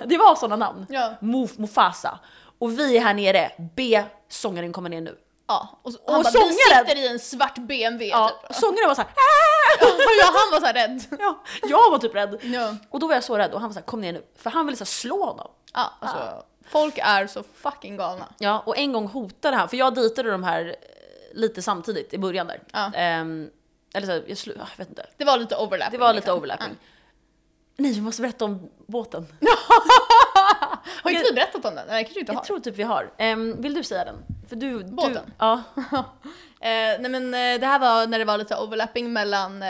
B: det var sådana namn.
A: Ja.
B: Muf, Mufasa. Och vi är här nere, be sångaren komma ner nu.
A: Ja, och,
B: Och
A: han bara, vi
B: sångaren-
A: sitter i en svart BMW
B: Ja,
A: typ.
B: sångaren var såhär "Ah!"
A: ja, han var så här rädd.
B: ja, Jag var typ rädd.
A: Ja.
B: Och då var jag så rädd och han var såhär kom ner nu. För han ville så här slå honom.
A: Ja, alltså,
B: Ah.
A: Folk är så fucking galna.
B: Ja, och en gång hotade han, för jag dejtade de här eh, lite samtidigt i början där.
A: Ja.
B: Ehm, eller så här, jag, slu- ah, jag vet inte.
A: Det var lite overlap.
B: Det var lite overlapping. Nej, vi måste berätta om båten.
A: Har inte vi berättat om den? Nej, kanske inte har.
B: Jag tror typ vi har. Ehm, vill du säga den? För du,
A: Båten?
B: Du, ja.
A: Eh, nej men eh, det här var när det var lite overlapping mellan, eh,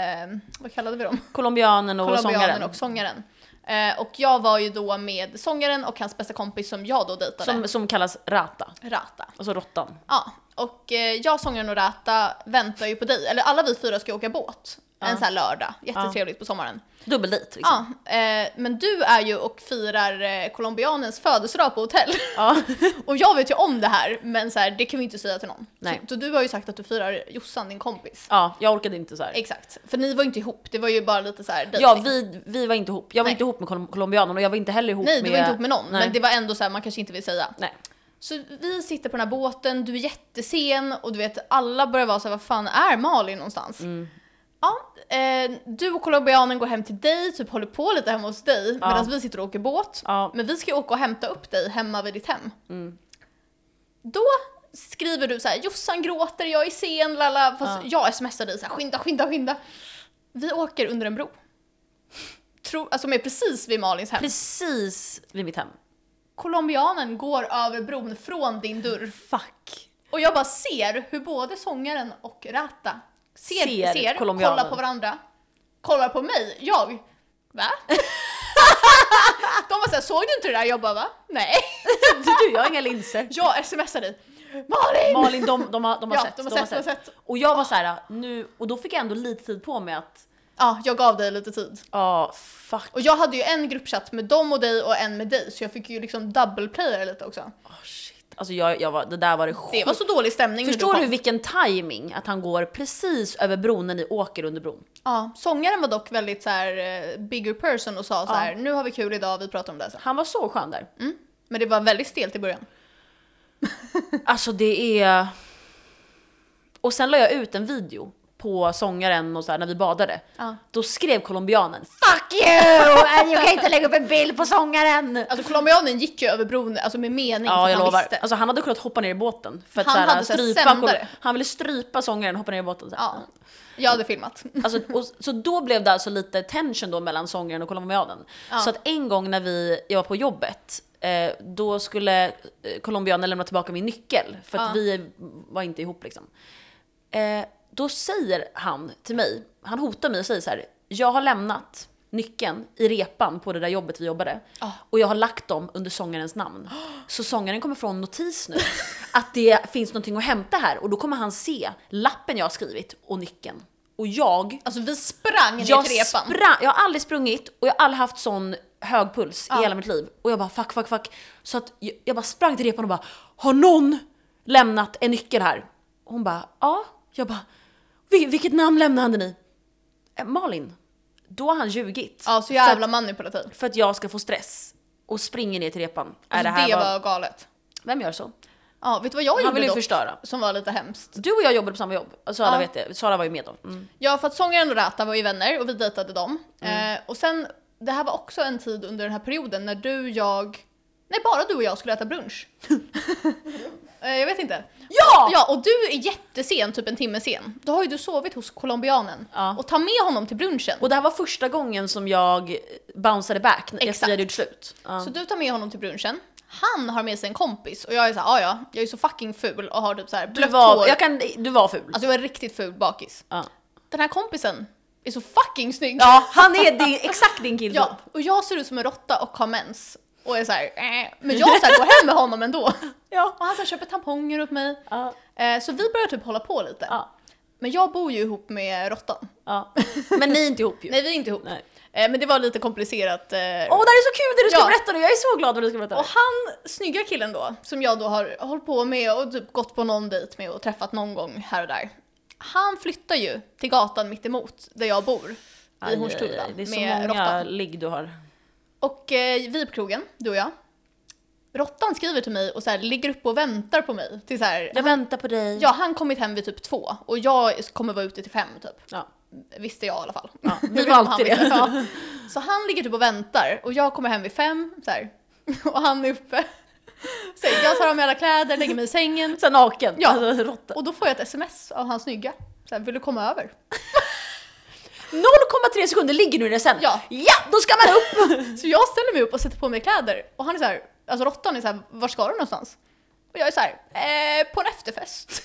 A: vad kallade vi dem?
B: Colombianen och sångaren.
A: Colombianen och sångaren. Eh, och jag var ju då med sångaren och hans bästa kompis som jag då dejtade,
B: Som, som kallas Rata.
A: Rata.
B: Alltså råttan.
A: Ja, och eh, jag, sångaren och Rata väntar ju på dig, eller alla vi fyra ska ju åka båt en sån här lördag, jättetrevligt på sommaren.
B: Dubbeldejt liksom.
A: Ja, eh, men du är ju och firar eh, colombianens födelsedag på hotell.
B: Ja.
A: och jag vet ju om det här, men så här, det kan vi inte säga till någon.
B: Nej.
A: Så, så du har ju sagt att du firar Jossan, din kompis.
B: ja, jag orkade inte så här.
A: Exakt, för ni var ju inte ihop, det var ju bara lite så här dejting.
B: Ja, vi, vi var inte ihop. Jag var
A: liksom. Nej.
B: inte ihop med Colom- colombianen och jag var inte heller ihop
A: Nej, du
B: med...
A: var inte ihop med någon,
B: Nej.
A: men det var ändå så här, man kanske inte vill säga.
B: Nej.
A: Så vi sitter på den här båten, du är jättesen och du vet alla börjar vara så här, vad fan är Malin någonstans?
B: Mm.
A: Ja, eh, du och colombianen går hem till dig, typ håller på lite hemma hos dig
B: Ja.
A: medan vi sitter och åker båt.
B: Ja. Mm.
A: Men vi ska ju åka och hämta upp dig hemma vid ditt hem. Då skriver du så här: Jossan gråter, jag är sen, lala. Fast jag smsar dig så här, skynda, skynda, skynda. Vi åker under en bro. Tro, alltså med precis vid Malins hem.
B: Precis vid mitt hem.
A: Colombianen går över bron från din dörr.
B: Fuck.
A: Och jag bara ser hur både sångaren och Rata ser,
B: Ser
A: ser,
B: colombianen.
A: kollar på varandra, kollar på mig, jag, va? De var såhär, såg du inte det där? Jag bara va? Nej.
B: Du, jag har inga linser.
A: Jag smsar dig, Malin!
B: Malin, de, de, har, de har
A: Ja,
B: sett.
A: de har sett, de har sett.
B: Och jag var så här, nu, och då fick jag ändå lite tid på mig att,
A: Ja, jag gav dig lite tid.
B: ja fuck,
A: Och jag hade ju en gruppchatt med dem och dig och en med dig så jag fick ju liksom double-playa lite också.
B: oh, shit. Alltså jag, jag var, det där var det sjukt.
A: Det var så dålig stämning när
B: Förstår du
A: kom.
B: vilken timing att han går precis över bron när ni åker under bron?
A: Ja, sångaren var dock väldigt så här eh, bigger person och sa så här, nu har vi kul idag, vi pratar om det här sen.
B: Han var så skön där.
A: Mm. Men det var väldigt stelt i början.
B: Alltså det är... Och sen la jag ut en video på sångaren och så här, när vi badade.
A: Ja.
B: Då skrev colombianen “Fuck you! And you Alltså, kan inte lägga upp en bild på sångaren!”
A: Alltså colombianen gick ju över bron alltså med mening för
B: Ja
A: att
B: jag
A: han
B: lovar.
A: visste.
B: Alltså han hade kunnat hoppa ner i båten. För att
A: Han
B: så här,
A: hade så här
B: strypa,
A: sändare.
B: han ville strypa sångaren och hoppa ner i båten. Så, här.
A: ja, jag hade filmat.
B: Alltså, och, så då blev det alltså lite tension då mellan sångaren och colombianen. Så att en gång när vi, jag var på jobbet, eh, då skulle eh, colombianen lämna tillbaka min nyckel för att
A: Ja.
B: vi var inte ihop liksom. Eh, då säger han till mig, han hotar mig och säger så här, jag har lämnat nyckeln i repan på det där jobbet vi jobbade och jag har lagt dem under sångarens namn. Så sångaren kommer få en notis nu att det finns någonting att hämta här och då kommer han se lappen jag har skrivit och nyckeln. Och jag
A: Alltså vi sprang ner
B: jag
A: till repan.
B: sprang, jag har aldrig sprungit och jag har aldrig haft sån hög puls
A: Ja.
B: i hela mitt liv. Och jag bara fuck, fuck, fuck. Så att jag, jag bara sprang till repan och bara har någon lämnat en nyckel här? Och hon bara ja. Jag bara "Vil- vilket namn lämnade ni? "Eh, Malin. Då har han ljugit.
A: Ja, så
B: För
A: jävla
B: att,
A: manipulativ. Alltså,
B: för att jag ska få stress. Och springer ner till repan. Är
A: det,
B: det här
A: var...
B: vad-
A: galet.
B: Vem gör så?
A: Ja, vet du vad jag
B: Han vill
A: gjorde
B: ju
A: dock?
B: förstöra.
A: Som var lite hemskt.
B: Du och jag jobbade på samma jobb. Och Sara,
A: Ja.
B: vet det. Sara var ju med då. Mm.
A: Ja, för att sångaren och Räta var ju vänner och vi dejtade dem. Eh, och sen, det här var också en tid under den här perioden när du, jag, nej bara du och jag skulle äta brunch. eh, jag vet inte.
B: Ja!
A: Ja, och du är jättesen, typ en timme sen. Då har ju du sovit hos colombianen.
B: Ja.
A: Och ta med honom till brunchen.
B: Och det här var första gången som jag bounceade back. Jag
A: Exakt.
B: friade ut slut. Ja.
A: Så du tar med honom till brunchen. Han har med sig en kompis och jag är såhär, "Ah, ja, jag är så fucking ful och har typ såhär
B: Du
A: blött hår.
B: var, jag kan, du var ful.
A: Alltså jag är riktigt ful bakis.
B: ja.
A: Den här kompisen är så fucking snygg.
B: ja, han är din, exakt din killtyp.
A: Ja, och jag ser ut som en råtta och har mens. Och är såhär, äh. men jag så här, går hem med honom ändå.
B: Ja.
A: Och han så här, köper tamponger åt mig.
B: Ja.
A: Eh, så vi börjar typ hålla på lite.
B: Ja.
A: Men jag bor ju ihop med råttan.
B: Ja. Men ni är inte ihop ju.
A: Nej vi är inte ihop.
B: Nej.
A: Eh, men det var lite komplicerat. eh,
B: Åh, det här är så kul det du ska
A: Ja.
B: berätta nu! Jag är så glad när du ska berätta
A: Och
B: det.
A: han, snygga killen då, som jag då har hållit på med och typ gått på någon dejt med och träffat någon gång här och där. Han flyttar ju till gatan mitt emot där jag bor. I
B: Aj, aj,
A: Hornstulla
B: aj. Det är så
A: med
B: många
A: råttan.
B: ligg du har.
A: Och eh, vi är på krogen, du och jag. Råttan skriver till mig och så här, ligger uppe och väntar på mig. Till så här,
B: Jag väntar på dig.
A: ja, han kommit hem vid typ två och jag kommer vara ute till fem typ.
B: Ja.
A: Visste jag i alla fall.
B: Ja, vi
A: Jag vet
B: var
A: inte om
B: alltid
A: han
B: det.
A: visste. Ja. Så han ligger typ och väntar och jag kommer hem vid fem så här, och han är uppe. Så jag tar av mig alla kläder, lägger mig i sängen
B: Sen naken.
A: Ja.
B: Alltså, råtta.
A: och då får jag ett sms av hans snygga. Så här, vill du komma över?
B: 0,3 sekunder ligger du ner sen.
A: Ja.
B: ja, då ska man upp!
A: Så jag ställer mig upp och sätter på mig kläder och han är så här, alltså råttan är så här, var ska du någonstans? Och jag är så här, eh, på en efterfest.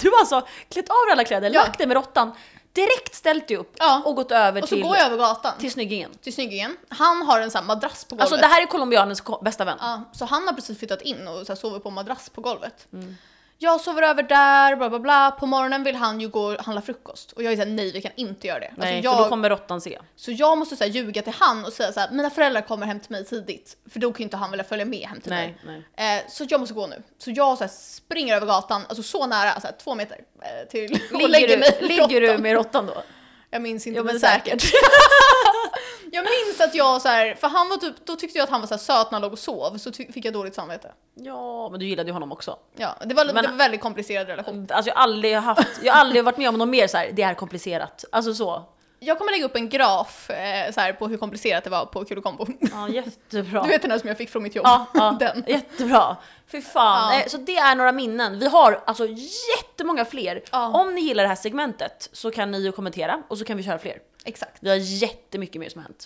B: Du har alltså klätt av dig alla kläder,
A: Ja.
B: lagt dig med råttan, direkt ställt dig upp
A: Ja.
B: och gått över
A: och så
B: till,
A: går jag över gatan till,
B: till snyggingen.
A: snyggingen. Han har en sån här madrass på golvet.
B: Alltså det här är Alltså, colombianens ko- bästa vän.
A: Ja, så han har precis flyttat in och så här sover på en madrass på golvet.
B: Mm.
A: Jag sover över där, bla bla bla. På morgonen vill han ju gå och handla frukost. Och jag är såhär, nej vi kan inte göra det.
B: Nej,
A: alltså,
B: för då
A: jag,
B: kommer råttan se.
A: Så jag måste så här, ljuga till han och säga såhär, mina föräldrar kommer hem till mig tidigt. För då kan ju inte han vilja följa med hem till
B: Nej,
A: mig. Eh, så jag måste gå nu. Så jag så här, springer över gatan, alltså så nära, så här, två meter eh, till och
B: Ligger,
A: lägger mig
B: du,
A: i
B: ligger du
A: grottan.
B: med råttan då?
A: Jag minns inte
B: Jo, men
A: men säkert. jag minns att jag så här, för han var typ, då tyckte jag att han var så här söt när han låg och sov, så ty- fick jag dåligt samvete.
B: Ja, men du gillade ju honom också.
A: Ja, det var,
B: Men-
A: det var en väldigt komplicerad relation.
B: Alltså jag har aldrig haft, jag har aldrig varit med om något mer så här. det är komplicerat. Alltså så.
A: Jag kommer lägga upp en graf eh, så här, på hur komplicerat det var på Kulokombo.
B: Ja, jättebra.
A: Du vet den här som jag fick från mitt jobb?
B: Ja, ja
A: Den.
B: jättebra. Fy fan.
A: Ja.
B: Eh, Så det är några minnen. Vi har alltså jättemånga fler.
A: Ja.
B: Om ni gillar det här segmentet så kan ni ju kommentera och så kan vi köra fler.
A: Exakt.
B: Vi har jättemycket mer som har hänt.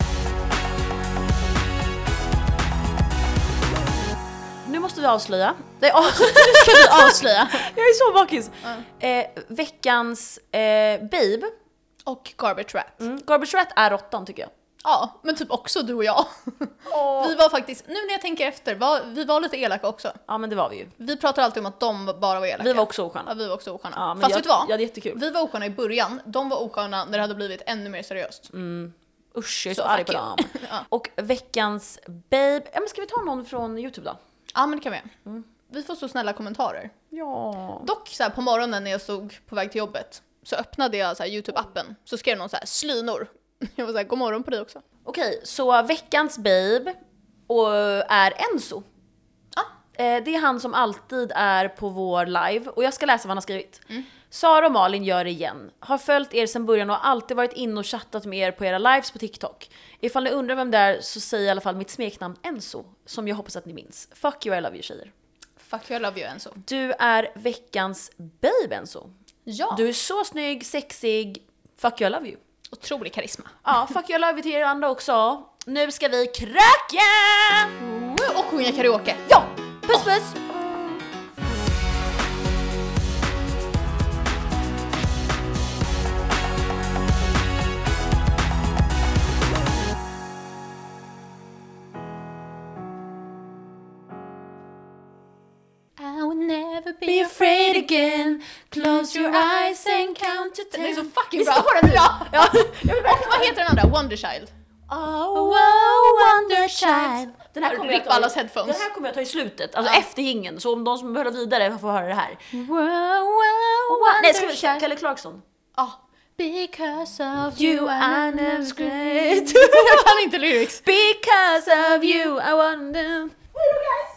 B: Nu måste vi avslöja. Nej, av- nu ska vi avslöja. Jag är så bakis. Eh, veckans eh, babe.
A: Och Garbage Rap.
B: Mm. Garbage Rat är råttan tycker jag.
A: Ja, men typ också du och jag. Vi var faktiskt, nu när jag tänker efter, var, vi var lite elaka också.
B: Ja men det var vi ju.
A: Vi pratar alltid om att de bara var elaka.
B: Vi var också osköna.
A: Ja, vi var också osköna.
B: Ja, men
A: Fast
B: jag,
A: vet du vad?
B: Ja det är jättekul.
A: Vi var osköna i början, de var osköna när det hade blivit ännu mer seriöst.
B: Usch jag är så,
A: Så
B: Mm, arg på
A: fuck you.
B: dem. Och veckans babe. Ja, men ska vi ta någon från Youtube då?
A: Ja men det kan vi.
B: Mm.
A: Vi får så snälla kommentarer.
B: Ja.
A: Dock så här, på morgonen när jag stod på väg till jobbet så öppnade jag så här, Youtube-appen så skrev någon så här slynor. Jag var såhär, god morgon på dig också.
B: Okej, så veckans babe och, är Enzo.
A: Ja.
B: Eh, Det är han som alltid är på vår live och jag ska läsa vad han har skrivit. Sara och Malin gör det igen. Har följt er sedan början och har alltid varit inne och chattat med er på era lives på TikTok. Ifall ni undrar vem det är så säg i alla fall mitt smeknamn Enzo, som jag hoppas att ni minns. Fuck you I love you tjejer.
A: Fuck you, I love you Enzo.
B: Du är veckans babe Enzo.
A: Ja,
B: Du är så snygg, sexig, fuck you I love you.
A: otrolig karisma.
B: Ja, fuck you I love you till er andra också. Nu ska vi kröka!
A: Woo! Och sjunga karaoke.
B: Ja! Puss puss!
A: I will never
B: Be afraid again, close your eyes and count to
A: Den är
B: ten
A: så fucking
B: Visst
A: bra!
B: var den bra?
A: Ja. Och vad heter den andra? Wonderchild.
B: Oh, wow, wondershine. Den här kommer jag
A: Rippa
B: ta i-
A: allas headphones.
B: Den här kommer jag ta i slutet, alltså
A: Ja.
B: efter jingeln. Så om de som vill höra vidare får höra det här.
A: Wow, wow, wow.
B: Nej, ska vi Kalle Clarkson?
A: Ja. Because of
B: You
A: you
B: are
A: I
B: not
A: know
B: great.
A: great. jag kan inte lyrics.
B: Because of you I wonder...
D: Hej då guys!